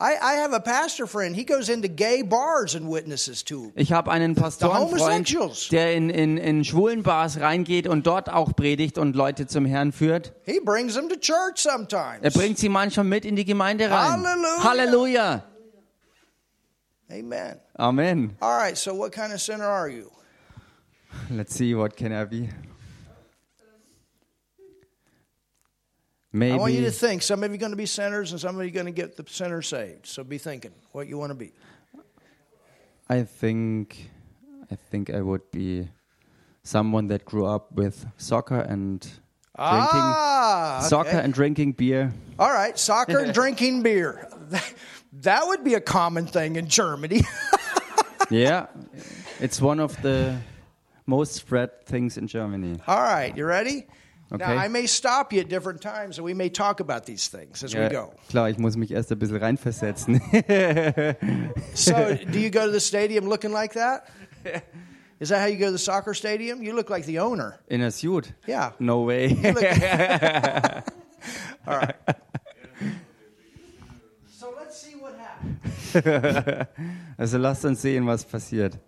I, I have a pastor friend. He goes into gay bars and witnesses to
Ich habe einen
homosexuals.
Pastorenfreund, der in, in, in schwulen Bars reingeht und dort auch predigt und Leute zum Herrn führt.
He brings them to church sometimes.
Er bringt sie manchmal mit in die Gemeinde rein.
Halleluja.
Halleluja.
Amen.
Amen.
All right, so what kind of sinner are you?
Let's see, what can I be?
I want you to
Maybe.
think. Some of you are going to be sinners and some of you are going to get the sinner saved. So be thinking what you want to be.
I think, I think I would be someone that grew up with soccer and drinking,
Ah, okay.
soccer and drinking beer.
All right, soccer and drinking beer. That would be a common thing in Germany.
yeah, it's one of the most spread things in Germany.
All right, you ready?
Okay.
Now, I may stop you at different times and we may talk about these things as we
Ja,
go.
klar, ich muss mich erst ein bisschen reinversetzen.
So, do you go to the stadium looking like that? Is that how you go to the soccer stadium? You look like the owner.
In a suit?
Yeah.
No
So
way.
let's see what happens.
Also lasst uns sehen, was passiert.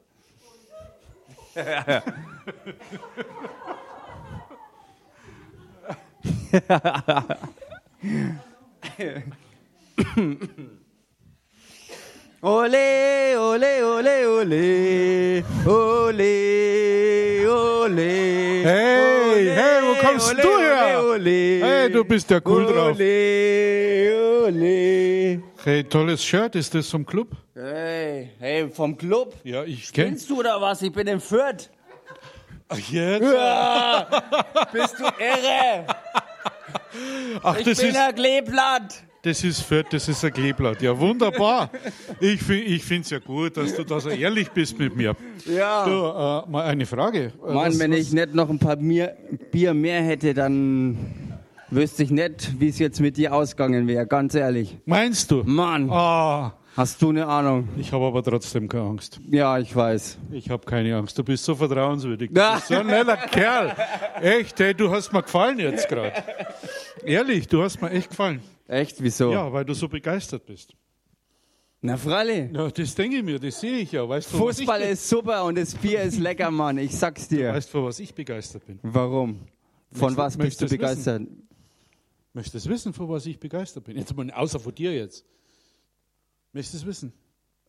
Ole, ole, ole, ole, ole, ole.
Hey, hey, wo kommst du her?
Ole,
Hey, du bist ja cool drauf.
Ole, ole.
Hey, tolles Shirt, ist das vom Club?
Hey, hey, vom Club.
Ja, ich kenn's.
Bist du oder was? Ich bin in Fürth.
Ach, jetzt?
Bist du irre?
Ach,
Ich
das
bin
ist,
Herr Kleeblatt.
das ist Fürth, das ist ein Kleeblatt. Ja, wunderbar. Ich, fi- ich find's ja gut, dass du da so ehrlich bist mit mir.
Ja.
Du, äh, mal eine Frage. Äh,
Mann,
was-
wenn ich nicht noch ein paar Bier, Bier mehr hätte, dann wüsste ich nicht, wie es jetzt mit dir ausgegangen wäre, ganz ehrlich.
Meinst du?
Mann,
Ah,
hast du eine Ahnung?
ich habe aber trotzdem keine Angst.
Ja, ich weiß.
Ich habe keine Angst. Du bist so vertrauenswürdig. Du
Na.
bist so ein netter Kerl. Echt, hey, du hast mir gefallen jetzt gerade. Ehrlich, du hast mir echt gefallen.
Echt, wieso?
Ja, weil du so begeistert bist.
Na, Fralle.
Ja, das denke ich mir, das sehe ich ja. Weißt du, was ich
Fußball
bin?
ist super und das Bier ist lecker, Mann. Ich sag's dir.
Weißt du, für was ich begeistert bin?
Warum? Von
Möchtest-
was bist du
möchtest wissen?
begeistert?
Möchtest du wissen, für was ich begeistert bin? Jetzt mal außer von dir jetzt. Möchtest du es wissen?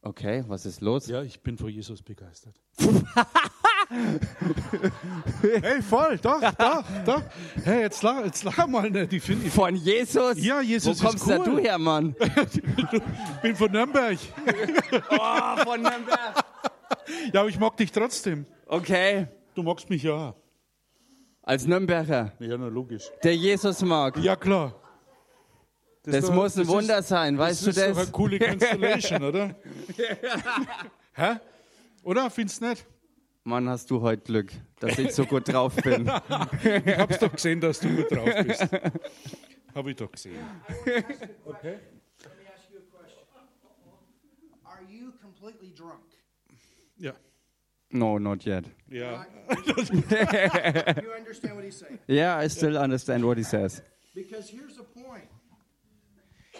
Okay, was ist los?
Ja, ich bin von Jesus begeistert. hey, voll, doch, doch, doch. Hey, jetzt lach, jetzt lach mal nicht. Ich, find, ich
Von Jesus?
Ja, Jesus
Wo kommst
ist cool.
da du her, Mann?
bin von Nürnberg.
Oh, von Nürnberg.
Ja, aber ich mag dich trotzdem.
Okay,
Du magst mich ja. auch.
als Nürnberger.
Ja, na logisch.
Der Jesus mag.
Ja, klar.
Das
doch-
muss ein
das
Wunder
ist-
sein, weißt du
Das ist doch
das?
eine coole Constellation, oder? Hä? Oder? Findest du nicht?
Mann, hast du heute Glück, dass ich so gut drauf bin.
Ich hab's doch gesehen, dass du gut drauf bist. Hab ich doch gesehen.
Let me ask you a question. Are you completely drunk?
Ja.
No, not yet.
Ja.
You understand what he's saying?
Yeah, I still understand what he says.
Because here's the point.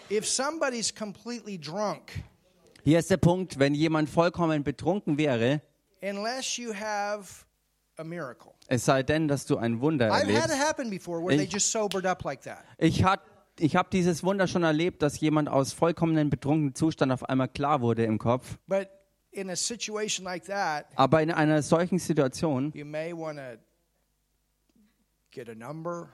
If somebody's completely drunk,
Hier ist der Punkt, wenn jemand vollkommen betrunken wäre,
unless you have a miracle.
es sei denn, dass du ein Wunder
I've had it
erlebst.
happen before where they
Ich-
just sobered up like that.
Ich hat ich habe dieses Wunder schon erlebt, dass jemand aus vollkommenem betrunkenen Zustand auf einmal klar wurde im Kopf.
But in a situation like that,
Aber in einer solchen Situation,
you may want to get a number,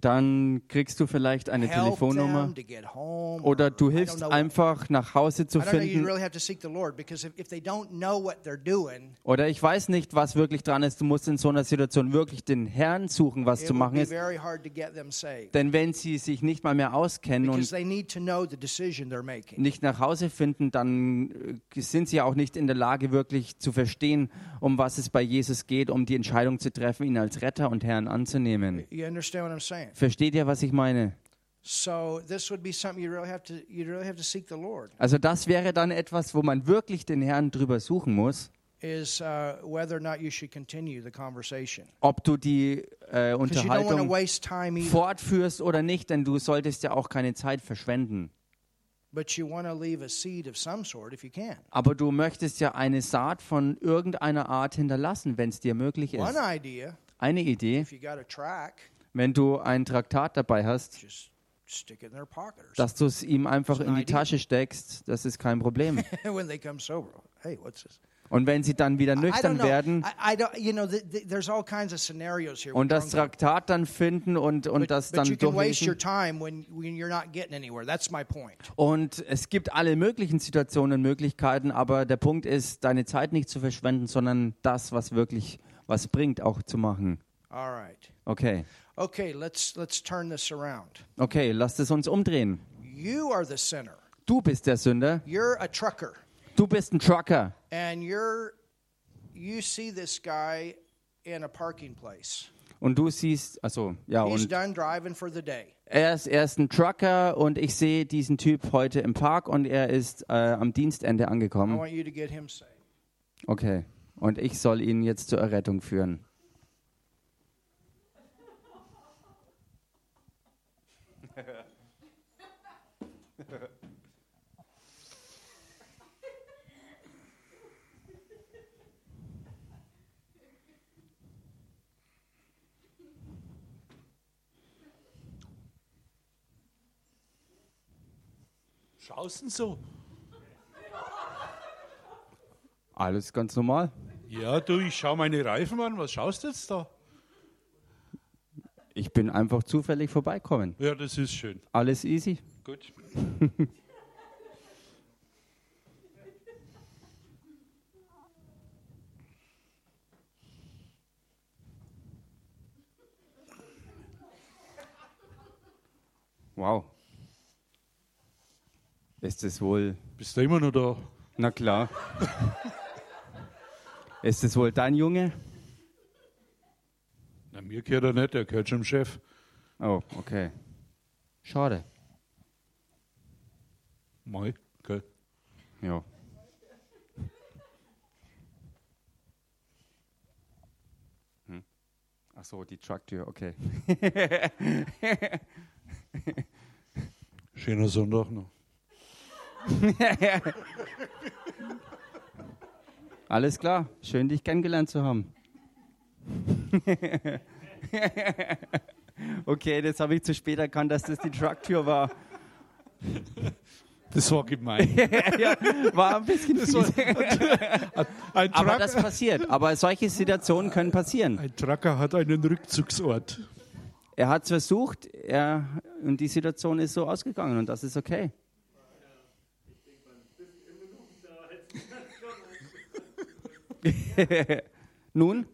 dann kriegst du vielleicht eine
help
Telefonnummer
them to get home.
oder du
I don't
hilfst
know-
einfach nach Hause zu
I don't know. You
finden
really have to seek the Lord because if, if they don't know what they're doing,
Oder ich weiß nicht, was wirklich dran ist. Du musst in so einer Situation wirklich den Herrn suchen, was
it
zu
would
machen
be
ist.
very hard to get them saved
Denn wenn sie sich nicht mal mehr auskennen
because
und
they need to know the decision they're making.
nicht nach Hause finden, dann äh, sind sie ja auch nicht in der Lage, wirklich zu verstehen, um was es bei Jesus geht, um die Entscheidung zu treffen, ihn als Retter und Herrn anzunehmen.
You understand what I'm saying?
Versteht ihr, was ich meine?
So this would be something you really have to you really have to seek the Lord.
Also das wäre dann etwas, wo man wirklich den Herrn drüber suchen muss,
Is uh, whether or not you should continue the conversation
ob du die
because you
äh,
don't want to
Unterhaltung
waste time either,
fortführst oder nicht, denn du solltest ja auch keine Zeit verschwenden.
but you want to leave a seed of some sort if you can.
Aber du möchtest ja eine Saat von irgendeiner Art hinterlassen, wenn es dir möglich
One
ist.
idea,
Eine Idee,
if you got a track,
wenn du ein Traktat dabei hast,
just stick it in their pocket or
dass du es ihm einfach in die
Idee.
Tasche steckst, das ist kein Problem.
something when they come sober. Hey, what's this?
Und wenn sie dann wieder
I don't
nüchtern
know.
werden
I, I don't. You know, th th there's all kinds of scenarios here.
und
with
das
drunk
Traktat dann finden und,
people.
und das
but, but you
dann
can waste your
durchlesen.
time when, when you're not getting anywhere. That's my point.
Und es gibt alle möglichen Situationen und Möglichkeiten, aber der Punkt ist, deine Zeit nicht zu verschwenden, sondern das, was wirklich was bringt, auch zu machen.
All right.
Okay,
Okay, let's let's turn this around.
okay, lasst es uns umdrehen.
You are the sinner.
Du bist der Sünder,
You're a trucker,
du bist ein Trucker.
and you're you see this guy in a parking place.
Und du siehst, also ja,
He's
und
done driving for the day.
er ist, er ist ein Trucker und ich sehe diesen Typ heute im Park und er ist äh, am Dienstende
I
angekommen.
want you to get him saved.
Okay. Und ich soll ihn jetzt zur Errettung führen.
Schaust denn so?
Alles ganz normal.
Ja, du, ich schau meine Reifen an. Was schaust du jetzt da?
Ich bin einfach zufällig vorbeikommen.
Ja, das ist schön.
Alles easy.
Gut.
Wow. Ist es wohl,
Bist du immer noch da?
na klar. Ist es wohl dein Junge?
Na, mir gehört er nicht, er gehört schon dem Chef.
Oh, okay. Schade.
Mei, gell.
Ja. Hm. Ach so, die Trucktür, okay.
Schöner Sonntag noch.
Alles klar, schön dich kennengelernt zu haben. okay, das habe ich zu spät erkannt, dass das die Trucktür war.
Das war gemein.
ja, war ein bisschen fies.
Ein,
Aber
Truck-
das passiert. Aber solche Situationen können passieren.
ein Trucker hat einen Rückzugsort.
Er hat es versucht er, und die Situation ist so ausgegangen und das ist okay. Nun,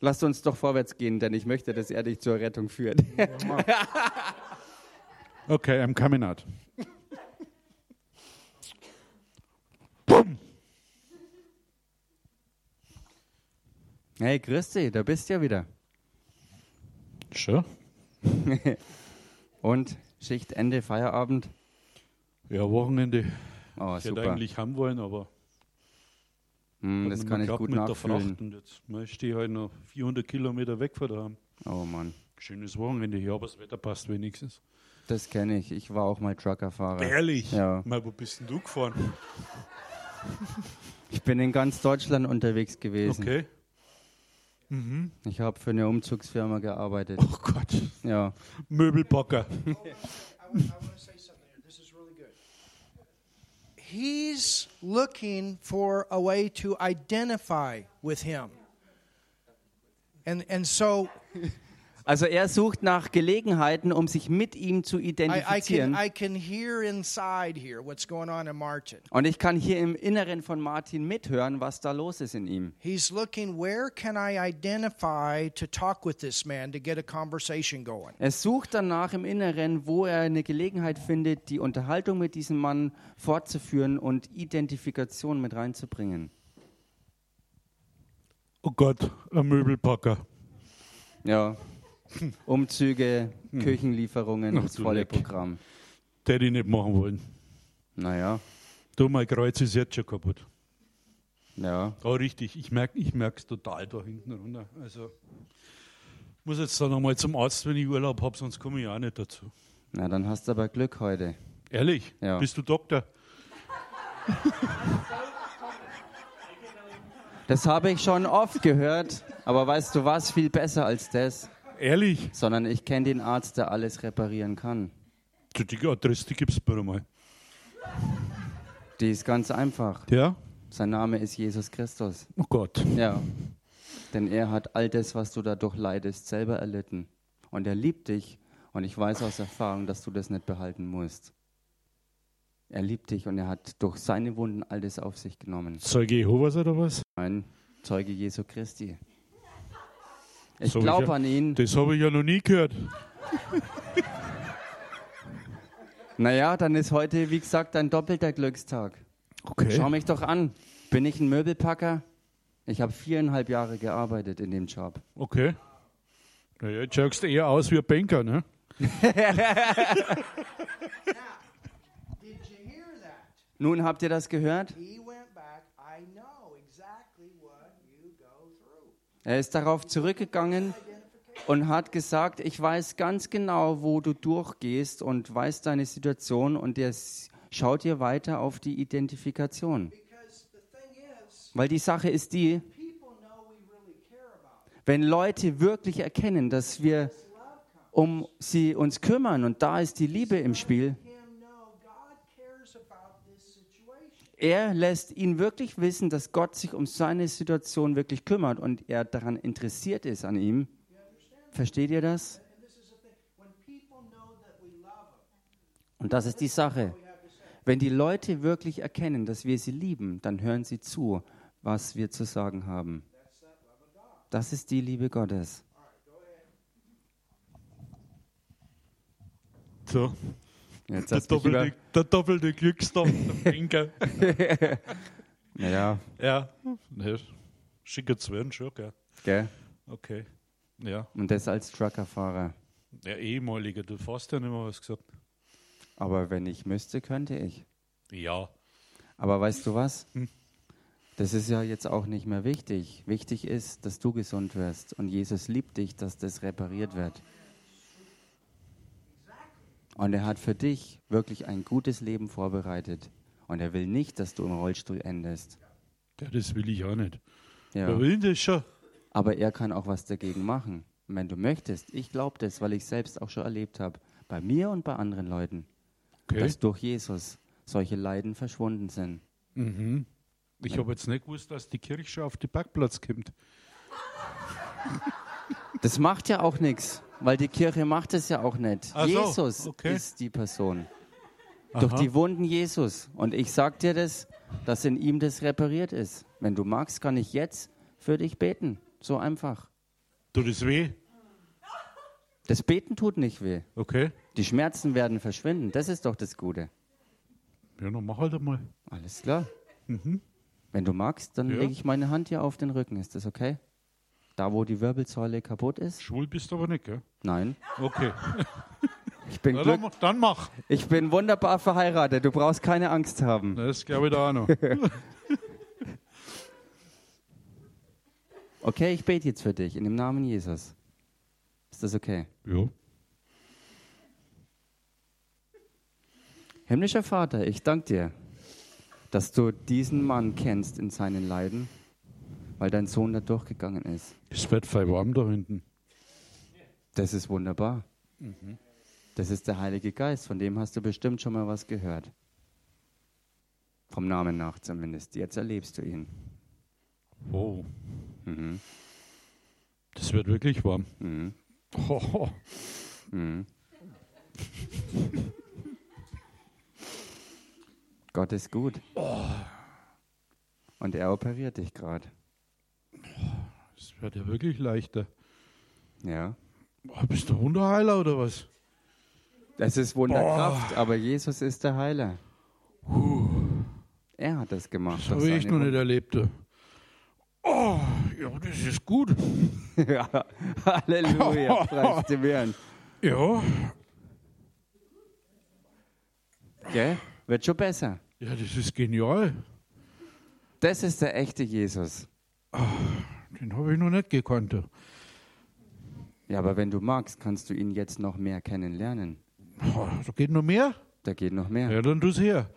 lasst uns doch vorwärts gehen, denn ich möchte, dass er dich zur Rettung führt.
Okay, I'm coming out.
Hey, Christi, da bist ja wieder.
Schon?
Und Schichtende, Feierabend.
Ja, Wochenende.
Oh,
Ich hätte
super.
eigentlich haben wollen, aber
Hm, das
hat nicht
kann ich
geklappt
gut
mit der
nachfühlen.
Fracht. Und jetzt ne, ich stehe halt noch 400 Kilometer weg von daheim.
Oh Mann,
Schönes Wochenende hier, aber das Wetter passt wenigstens.
das kenne ich. Ich war auch mal Truckerfahrer.
Ehrlich?
Ja.
Mal, wo bist denn du gefahren?
Ich bin in ganz Deutschland unterwegs gewesen.
Okay.
Ich habe für eine Umzugsfirma gearbeitet.
Oh Gott.
Ja.
Möbelpacker.
I want, I want to say something here. This is really good. He's looking for a way to identify with him. And, and so
Also er sucht nach Gelegenheiten, um sich mit ihm zu
I, I, can,
identifizieren.
I can hear inside here what's going on in Martin.
Und ich kann hier im Inneren von Martin mithören, was da los ist in ihm.
He's looking, where can I identify to talk with this man to get a conversation going?
Er sucht danach im Inneren, wo er eine Gelegenheit findet, die Unterhaltung mit diesem Mann fortzuführen und Identifikation mit reinzubringen.
Oh Gott, ein Möbelpacker.
Ja. Umzüge, Küchenlieferungen,
Hm. Ach,
das
du
volle
Leck.
Programm.
Der ich nicht machen wollen.
Naja,
Du, mein Kreuz ist jetzt schon kaputt.
ja.
Oh, richtig. Ich merke es total da hinten runter. Also, muss jetzt dann nochmal zum Arzt, wenn ich Urlaub habe, sonst komme ich auch nicht dazu.
Na, dann hast du aber Glück heute.
Ehrlich?
Ja.
Bist du Doktor?
Das habe ich schon oft gehört, aber weißt du was, viel besser als das,
Ehrlich?
sondern ich kenne den Arzt, der alles reparieren kann.
Du, die Adresse, die gibst du mir mal.
Die ist ganz einfach.
Ja?
Sein Name ist Jesus Christus.
Oh Gott.
Ja. Denn er hat all das, was du dadurch leidest, selber erlitten. Und er liebt dich. Und ich weiß aus Erfahrung, dass du das nicht behalten musst. Er liebt dich und er hat durch seine Wunden all das auf sich genommen.
Zeuge Jehovas oder was?
Ein Zeuge Jesu Christi. Ich
So, ich
glaube
hab-
an ihn.
Das habe ich ja noch nie gehört.
Naja, dann ist heute, wie gesagt, ein doppelter Glückstag.
Okay.
Schau mich doch an. Bin ich ein Möbelpacker? Ich habe viereinhalb Jahre gearbeitet in dem Job.
Okay. Naja, jetzt schaust du eher aus wie ein Banker, ne?
Did you hear that?
Nun habt ihr das gehört?
He went back. I know exactly what you go through.
Er ist darauf zurückgegangen und hat gesagt, ich weiß ganz genau, wo du durchgehst und weiß deine Situation und der s- schaut dir weiter auf die Identifikation.
Because the thing is,
Weil die Sache ist die,
people know we really care about
wenn Leute wirklich erkennen, dass wir
it. Love comes.
um sie uns kümmern. Und da ist die Liebe im Spiel.
him know God cares about this situation.
Er lässt ihn wirklich wissen, dass Gott sich um seine Situation wirklich kümmert und er daran interessiert ist an ihm. Versteht ihr das?
And this is the thing. When people know that we love them,
Und das ist die Sache. Wenn die Leute wirklich erkennen, dass wir sie lieben, dann hören sie zu, was wir zu sagen haben. Das ist die Liebe Gottes.
So,
Jetzt
der
hast du mich über...
doppelte, der doppelte Glückstopf, der Blinker.
Naja,
ja, ne, schicker Zwirn schon, gell?
gell?
Okay. Ja,
Und das als Truckerfahrer.
der ehemalige, du fährst ja nicht mehr, was gesagt.
Aber wenn ich müsste, könnte ich.
Ja,
Aber weißt du was?
Hm.
Das ist ja jetzt auch nicht mehr wichtig. Wichtig ist, dass du gesund wirst und Jesus liebt dich, dass das repariert wird. Und er hat für dich wirklich ein gutes Leben vorbereitet. Und er will nicht, dass du im Rollstuhl endest.
ja das will ich auch nicht.
Ja.
Wer will denn das schon?
Aber er kann auch was dagegen machen. Und wenn du möchtest, ich glaube das, weil ich selbst auch schon erlebt habe, bei mir und bei anderen Leuten,
Okay.
dass durch Jesus solche Leiden verschwunden sind.
Mhm. Ich habe jetzt nicht gewusst, dass die Kirche schon auf den Parkplatz kommt.
Das macht ja auch nichts, weil die Kirche macht es ja auch nicht.
Ach so,
Jesus
okay.
ist die Person. Durch die Wunden Jesus. Und ich sag dir das, dass in ihm das repariert ist. Wenn du magst, kann ich jetzt für dich beten. So einfach.
Tut es weh?
Das Beten tut nicht weh.
Okay.
Die Schmerzen werden verschwinden. Das ist doch das Gute.
Ja, dann mach halt einmal.
Alles klar. Wenn du magst, dann
Mhm. Ja.
lege ich meine Hand hier auf den Rücken. Ist das okay? Da, wo die Wirbelsäule kaputt ist?
Schwul bist du aber nicht, gell?
Nein.
Okay.
Ich bin,
Na,
glück
dann, mach- dann mach.
ich bin wunderbar verheiratet. Du brauchst keine Angst haben.
Das glaube ich da auch noch.
Okay, ich bete jetzt für dich in dem Namen Jesus. Ist das okay?
ja.
Himmlischer Vater, ich danke dir, dass du diesen Mann kennst in seinen Leiden, weil dein Sohn da durchgegangen ist.
Es wird voll warm da hinten.
Das ist wunderbar. Das ist der Heilige Geist, von dem hast du bestimmt schon mal was gehört. Vom Namen nach zumindest. Jetzt erlebst du ihn. Mhm.
Oh. Das wird wirklich warm. Hoho.
Mhm. Gott ist gut. Und er operiert dich gerade.
Das wird ja wirklich leichter.
Ja.
Boah, Ah, bist du Wunderheiler oder was?
Das ist Wunderkraft, aber Jesus ist der Heiler. Er hat das gemacht.
Das
durch
habe ich
seine
noch nicht erlebt. du. Oh, ja, das ist gut.
Wund- Ja. Halleluja, preis dem Herrn.
Ja.
Gell? Wird schon besser.
Ja, das ist genial.
Das ist der echte Jesus.
Den habe ich noch nicht gekannt. du.
Ja, aber wenn du magst, kannst du ihn jetzt noch mehr kennenlernen.
Oh, da geht noch mehr?
Da geht noch mehr.
Ja, dann tu's her.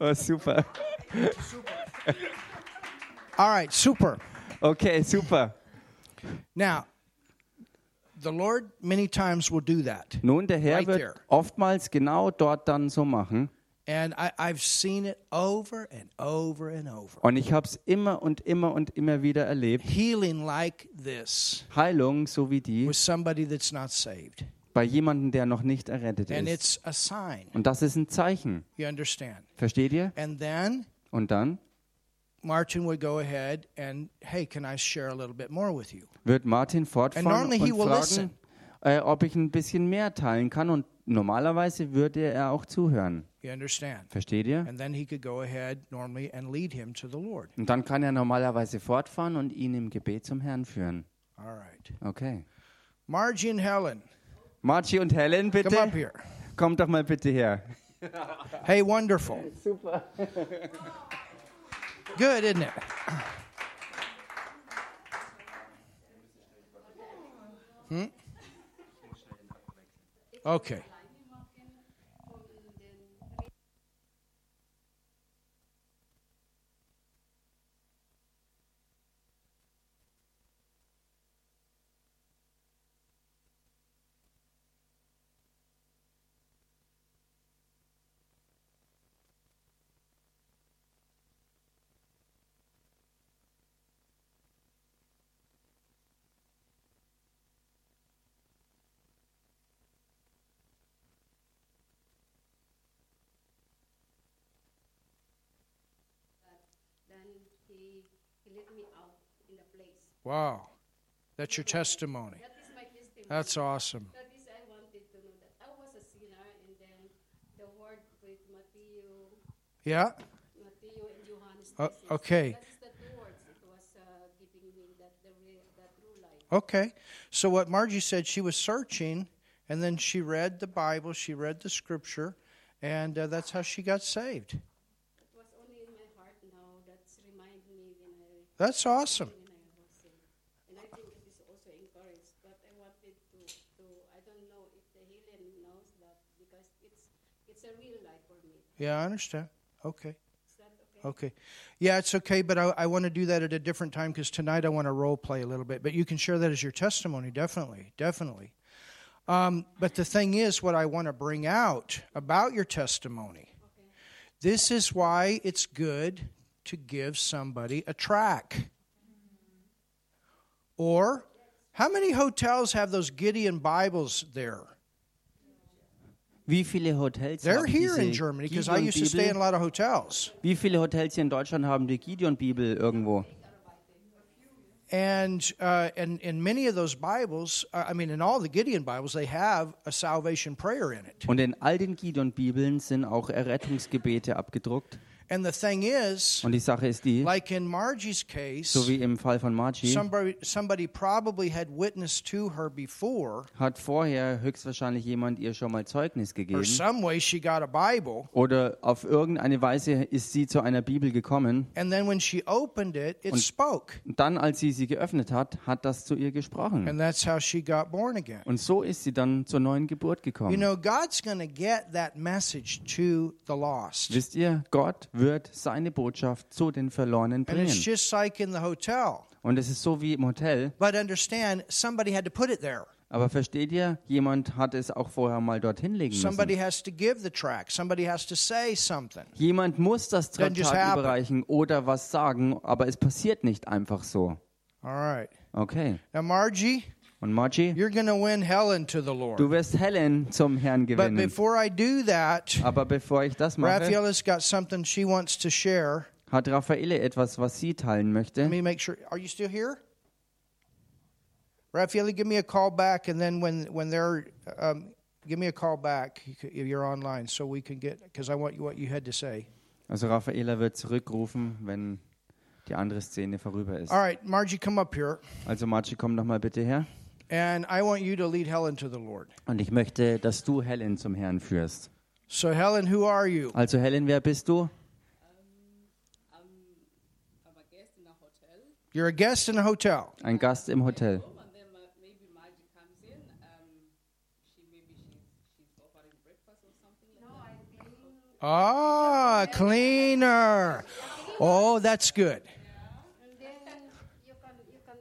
Oh, super.
All right, super.
Okay, super.
Now, the Lord many times will do that.
Nun, der Herr
Right
wird
there.
oftmals genau dort dann so machen.
And I, I've seen it over and over and over.
Und ich habe es immer und immer und immer wieder erlebt.
Healing like this
Heilung, so wie die,
with somebody that's not saved.
bei jemandem, der noch nicht errettet
And
ist.
it's a sign.
Und das ist ein Zeichen.
You understand?
Versteht ihr?
And then
Und dann
Martin would go ahead and, hey, can I share a little bit more with you?
wird Martin
And
fortfahren
normally
und
he will
fragen,
listen.
äh, ob ich ein bisschen mehr teilen kann. Und normalerweise würde er auch zuhören.
You understand?
Versteht ihr?
And then he could go ahead normally and lead him to the Lord.
Und dann kann er normalerweise fortfahren und ihn im Gebet zum Herrn führen.
All right.
Okay.
Margie and Helen,
Margie und Helen,
come up
bitte.
here.
Kommt doch mal bitte her.
Hey, wonderful. Super. Good, isn't it? Hmm? Okay.
he, he let me out in the place.
Wow. That's your testimony.
That is my testimony.
That's awesome.
That is, I wanted to know that I was a sinner, and then the word with Matthew,
Yeah?
Matthew and Johannes.
O-
this is-
okay.
That's the two words. It was uh, giving me that the real, that true life.
Okay. So, what Margie said, she was searching and then she read the Bible, she read the scripture, and uh, that's how she got saved.
It was only in my heart now. That's remind me when I
That's awesome.
when I was saved. And I think it is also encouraged. But I wanted to, to I don't know if the Helen knows that because it's it's a real life for me.
Yeah, I understand. Okay.
Is that
Okay.
okay?
Yeah, it's okay, but I, I want to do that at a different time because tonight I want to role play a little bit. But you can share that as your testimony, definitely, definitely. Um, but the thing is, what I want to bring out about your testimony this is why it's good to give somebody a track. Or, how many hotels have those Gideon Bibles there?
Wie viele Hotels
They're
haben
here in
diese
Germany because I used to stay in a
Gideon-Bibel?
lot of hotels.
Wie viele Hotels hier in Deutschland haben die Gideon-Bibel irgendwo?
And uh, and in many of those Bibles, uh, I mean, in all the Gideon Bibles, they have a salvation prayer in it.
Und in all den Gideon-Bibeln sind auch Errettungsgebete abgedruckt.
And the thing is,
Und die Sache ist die,
like in Margie's case,
so wie im Fall von Margie,
somebody somebody probably had witnessed to her before,
hat vorher höchstwahrscheinlich jemand ihr schon mal Zeugnis
or
gegeben.
some way she got a Bible,
Oder auf irgendeine Weise ist sie zu einer Bibel gekommen.
and then when she opened it, it spoke,
Und dann, als sie sie geöffnet hat, hat das zu ihr gesprochen.
and that's how she got born again.
Und so ist sie dann zur neuen Geburt
You
gekommen.
know, God's going to get that message to the lost,
Wisst ihr, Gott wird seine Botschaft zu den Verlorenen
and it's
bringen.
just like in the hotel.
Und es ist so wie im Hotel.
But understand, somebody had to put it there.
Aber versteht ihr, jemand hat es auch vorher mal dorthin legen
Somebody
müssen.
has to give the track. Somebody has to say something.
Jemand muss das
Then just
Traktat
happen.
überreichen oder was sagen, aber es passiert nicht einfach so.
All right.
Okay.
Now, Margie,
Und Margie,
you're going to win Helen to the Lord.
du wirst Helen zum Herrn
But
gewinnen.
before I do that,
Aber bevor ich das mache,
Raphaela's got something she wants to share.
hat Raffaele etwas, was sie teilen möchte.
Let me make sure. Are you still here? Raffaella, give me a call back, and then when when they're um, give me a call back you c- if you're online, so we can get because I want you what you had to say.
Also Raffaela wird zurückrufen, wenn die andere Szene vorüber ist.
All right, Margie, come up here,
Also Margie, komm doch mal bitte her.
and I want you to lead Helen to the Lord.
Und ich möchte, dass du Helen zum Herrn führst.
So, Helen, who are you?
Also Helen, wer bist du?
Um, I'm a guest in a hotel.
You're a guest in a hotel.
Ein Gast im Hotel.
home, and then ma- maybe Margie comes in. Um, she maybe she's she's offering breakfast or something like that.
Ah, cleaner. Oh, that's good.
And then you can you can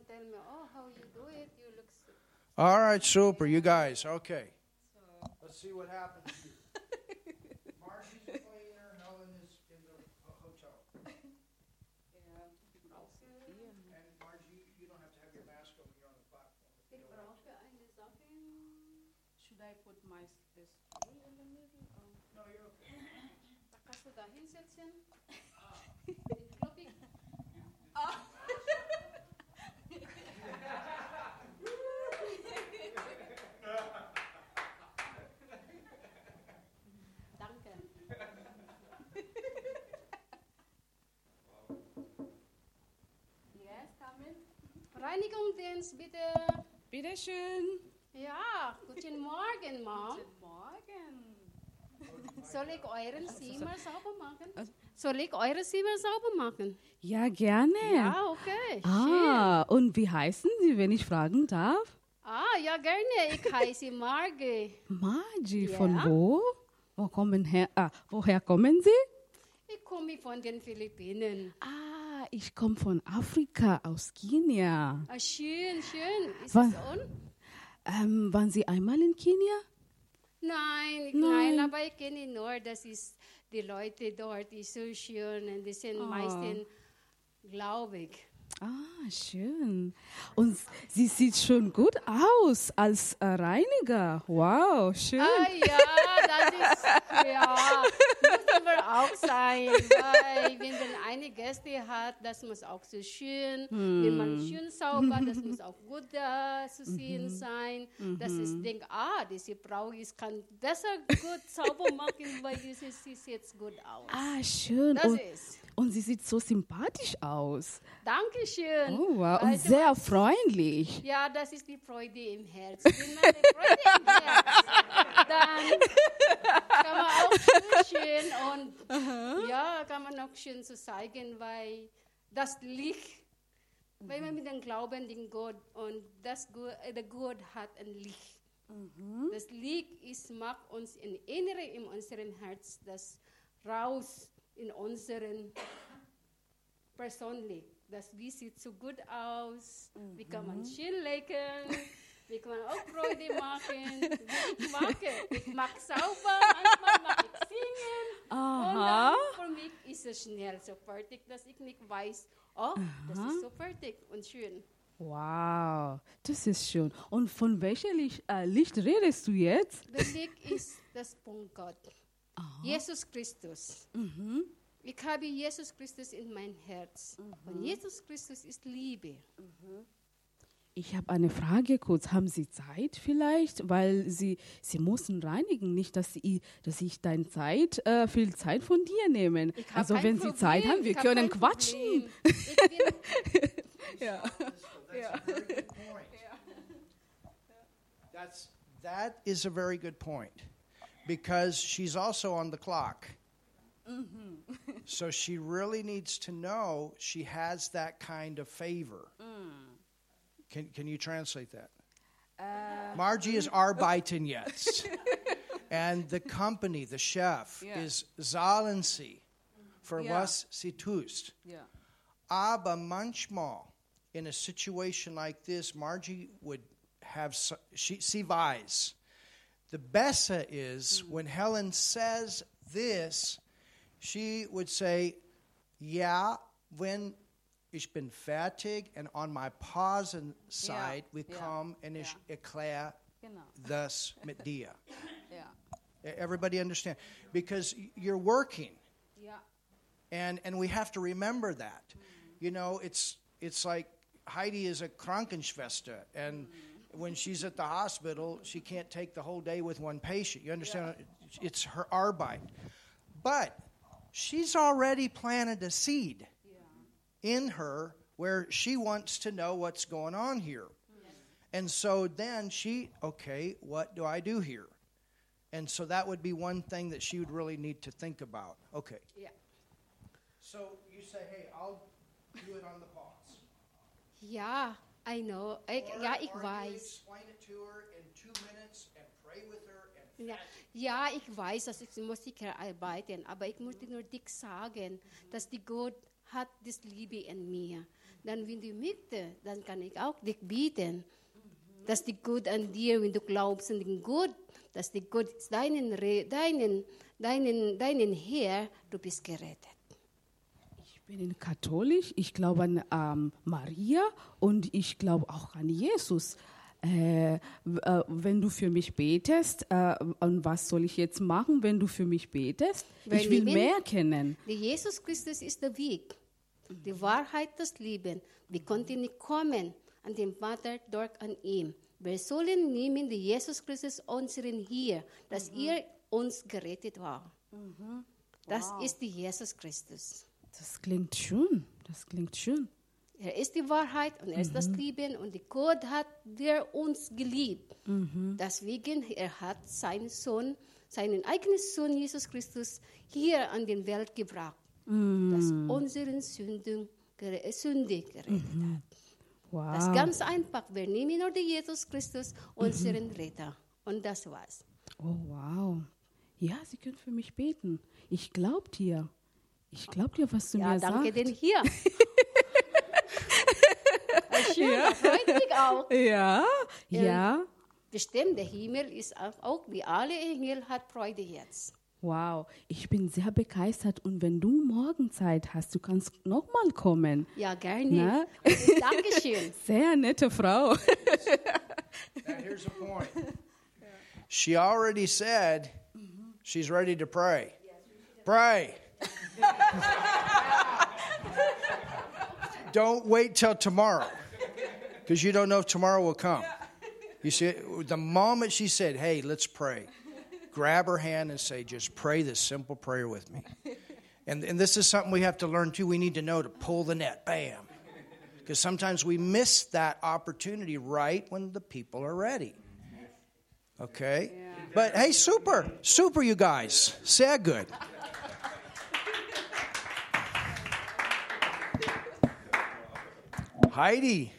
tell me, oh, how you do it? You look so
All right, super. You guys, okay. Let's see what happens. here. Marcy's a cleaner. Helen is in the ho- hotel. And Margie, you don't have to have your mask on. You're on the platform.
Ich brauche eine Sache. Should I put my s- this spoon in the middle? Or? No, you're okay. Da kannst du da hinsetzen. Ich glaub, ich- Ah. Danke. Yes, come in. Reinigungsdienst, bitte.
Bitte schön.
Ja, guten Morgen, Mom.
Morgen. Also
Soll ich euren Zimmer sauber machen? Soll ich eure Zimmer sauber machen?
Ja, gerne.
Ja, okay. schön.
Ah, und wie heißen Sie, wenn ich fragen darf?
ah ja, gerne. Ich heiße Marge.
Margie,
Ja.
von wo? wo kommen her, ah, woher kommen Sie?
Ich komme von den Philippinen.
Ah, ich komme von Afrika, aus Kenia.
Ah, schön, schön. Ist
Was?
es on?
Ähm, waren Sie einmal in Kenia?
Nein, ich- nein,
Nein.
aber ich kenne nur, das ist die Leute dort, die so schön und die sind meistens glaubig.
Ah, schön. Und sie sieht schon gut aus als äh, Reiniger. Wow, schön.
Ah ja, das ist, ja, müssen wir auch sein, weil wenn man eine Gäste hat, das muss auch so schön, wenn man
Hm.
schön sauber, das muss auch gut äh, zu
Mhm.
sehen sein. Das ist, denk, ah, diese Frau ist, kann besser gut sauber machen, weil sie sie sieht gut aus.
Ah, schön.
Das
Und,
ist.
und sie sieht so sympathisch aus.
Dankeschön. Also
Oh, wow. Und
Weißt du,
sehr freundlich.
Ja, das ist die Freude im Herz. Wenn man eine Freude im Herz, dann kann man auch schön, schön und ja, kann man auch schön zu zeigen, weil das Licht, weil man mit dem Glauben in Gott und das Gu- äh, der Gott hat ein Licht. Das Licht ist, macht uns ein Innere in unserem Herz, das raus in unseren persönlich, dass wie sieht so gut aus, wie kann man schön lächeln, wie kann man auch Freude machen, wie ich mache. Ich mag sauber, manchmal mag ich singen.
Aha.
Und dann für mich ist es schnell so fertig, dass ich nicht weiß, oh, das ist so fertig und schön.
Wow, das ist schön. Und von welchem Licht, äh, Licht redest du jetzt?
Das Weg ist das Punkt Gott. Jesus Christus. Ich habe Jesus Christus in mein Herz. Und Jesus Christus ist Liebe.
Ich habe eine Frage kurz. Haben Sie Zeit vielleicht? Weil Sie, Sie müssen reinigen. Nicht, dass, Sie, dass ich deine Zeit, äh, viel Zeit von dir nehme.
Ich hab
Also
kein
wenn Sie Zeit
Problem,
haben, wir
ich hab
können
kein
quatschen.
Problem. Ich bin
That's, that is a very good point because she's also on the clock. so she really needs to know she has that kind of favor. Can, can you translate that? Margie is arbeiten jetzt. and the company, the chef,
Yeah.
is zahlen sie for
Yeah.
was sie tust.
Ja.
Aber manchmal, in a situation like this, Margie would have, s- she, she buys. The Bessa is
Hmm.
when Helen says this, she would say, Yeah, when ich bin fertig, and on my pausen side, we
yeah,
come and ich erkläre
Genau.
das mit dir.
Ja.
E-, Everybody understand? Because y- you're working
Ja,
and and we have to remember that you know it's it's like heidi is a krankenschwester and when she's at the hospital she can't take the whole day with one patient you understand it's her arbeit but she's already planted a seed in her where she wants to know what's going on here and so then she okay what do i do here and so that would be one thing that she would really need to think about okay
ja.
so you say, hey, I'll do it on the pause.
Ja, I know. Ich, ja, ich
or You
weiß.
explain it to her in two minutes and pray with her and
Ja, ja, ich weiß, dass ich muss ich arbeiten, aber ich möchte nur dich sagen, dass die Gott hat das Liebe in mir. Dann wenn du möchtest, dann kann ich auch dich bieten, dass die Gott an dir, wenn du glaubst an den Gott, dass die Gott ist deinen, Re- deinen, deinen, deinen Herr, du bist gerettet.
Ich bin katholisch, ich glaube an ähm, Maria und ich glaube auch an Jesus. Äh, w- äh, wenn du für mich betest, äh, und was soll ich jetzt machen, wenn du für mich betest?
Wenn
ich will
ich bin-
mehr kennen.
Der Jesus Christus ist der Weg, die Wahrheit, das Leben. Wir konnten nicht kommen an den Vater durch an ihm. Wir sollen nehmen den Jesus Christus unseren hier, dass er uns gerettet war. Das ist die Jesus Christus.
Das klingt schön, das klingt schön.
Er ist die Wahrheit und er ist das Leben und die Gott hat der uns geliebt. Deswegen er hat seinen Sohn, seinen eigenen Sohn Jesus Christus hier an den Welt gebracht, dass unseren Sünden gere- äh, Sünde gerettet hat.
Wow.
Das ist ganz einfach. Wir nehmen nur den Jesus Christus, unseren Retter. Und das war's.
oh, wow. Ja, Sie können für mich beten. Ich glaube dir. Ich glaube dir, was du
Ja,
mir
danke
sagst.
denn hier. Schön, freut mich auch.
Ja,
Ähm.
ja.
Bestimmt, der Himmel ist auch, auch wie alle Engel, hat Freude jetzt.
Wow, ich bin sehr begeistert und wenn du morgen Zeit hast, du kannst nochmal kommen.
Ja, gerne.
Na?
Dankeschön.
Sehr nette Frau.
now here's the point. She already said she's ready to pray. Pray. don't wait till tomorrow because you don't know if tomorrow will come. You see, the moment she said, Hey, let's pray, grab her hand and say, Just pray this simple prayer with me. And, and this is something we have to learn too. We need to know to pull the net, bam. Because sometimes we miss that opportunity right when the people are ready. Okay? But hey, super, super, you guys. Say I good. Heidi.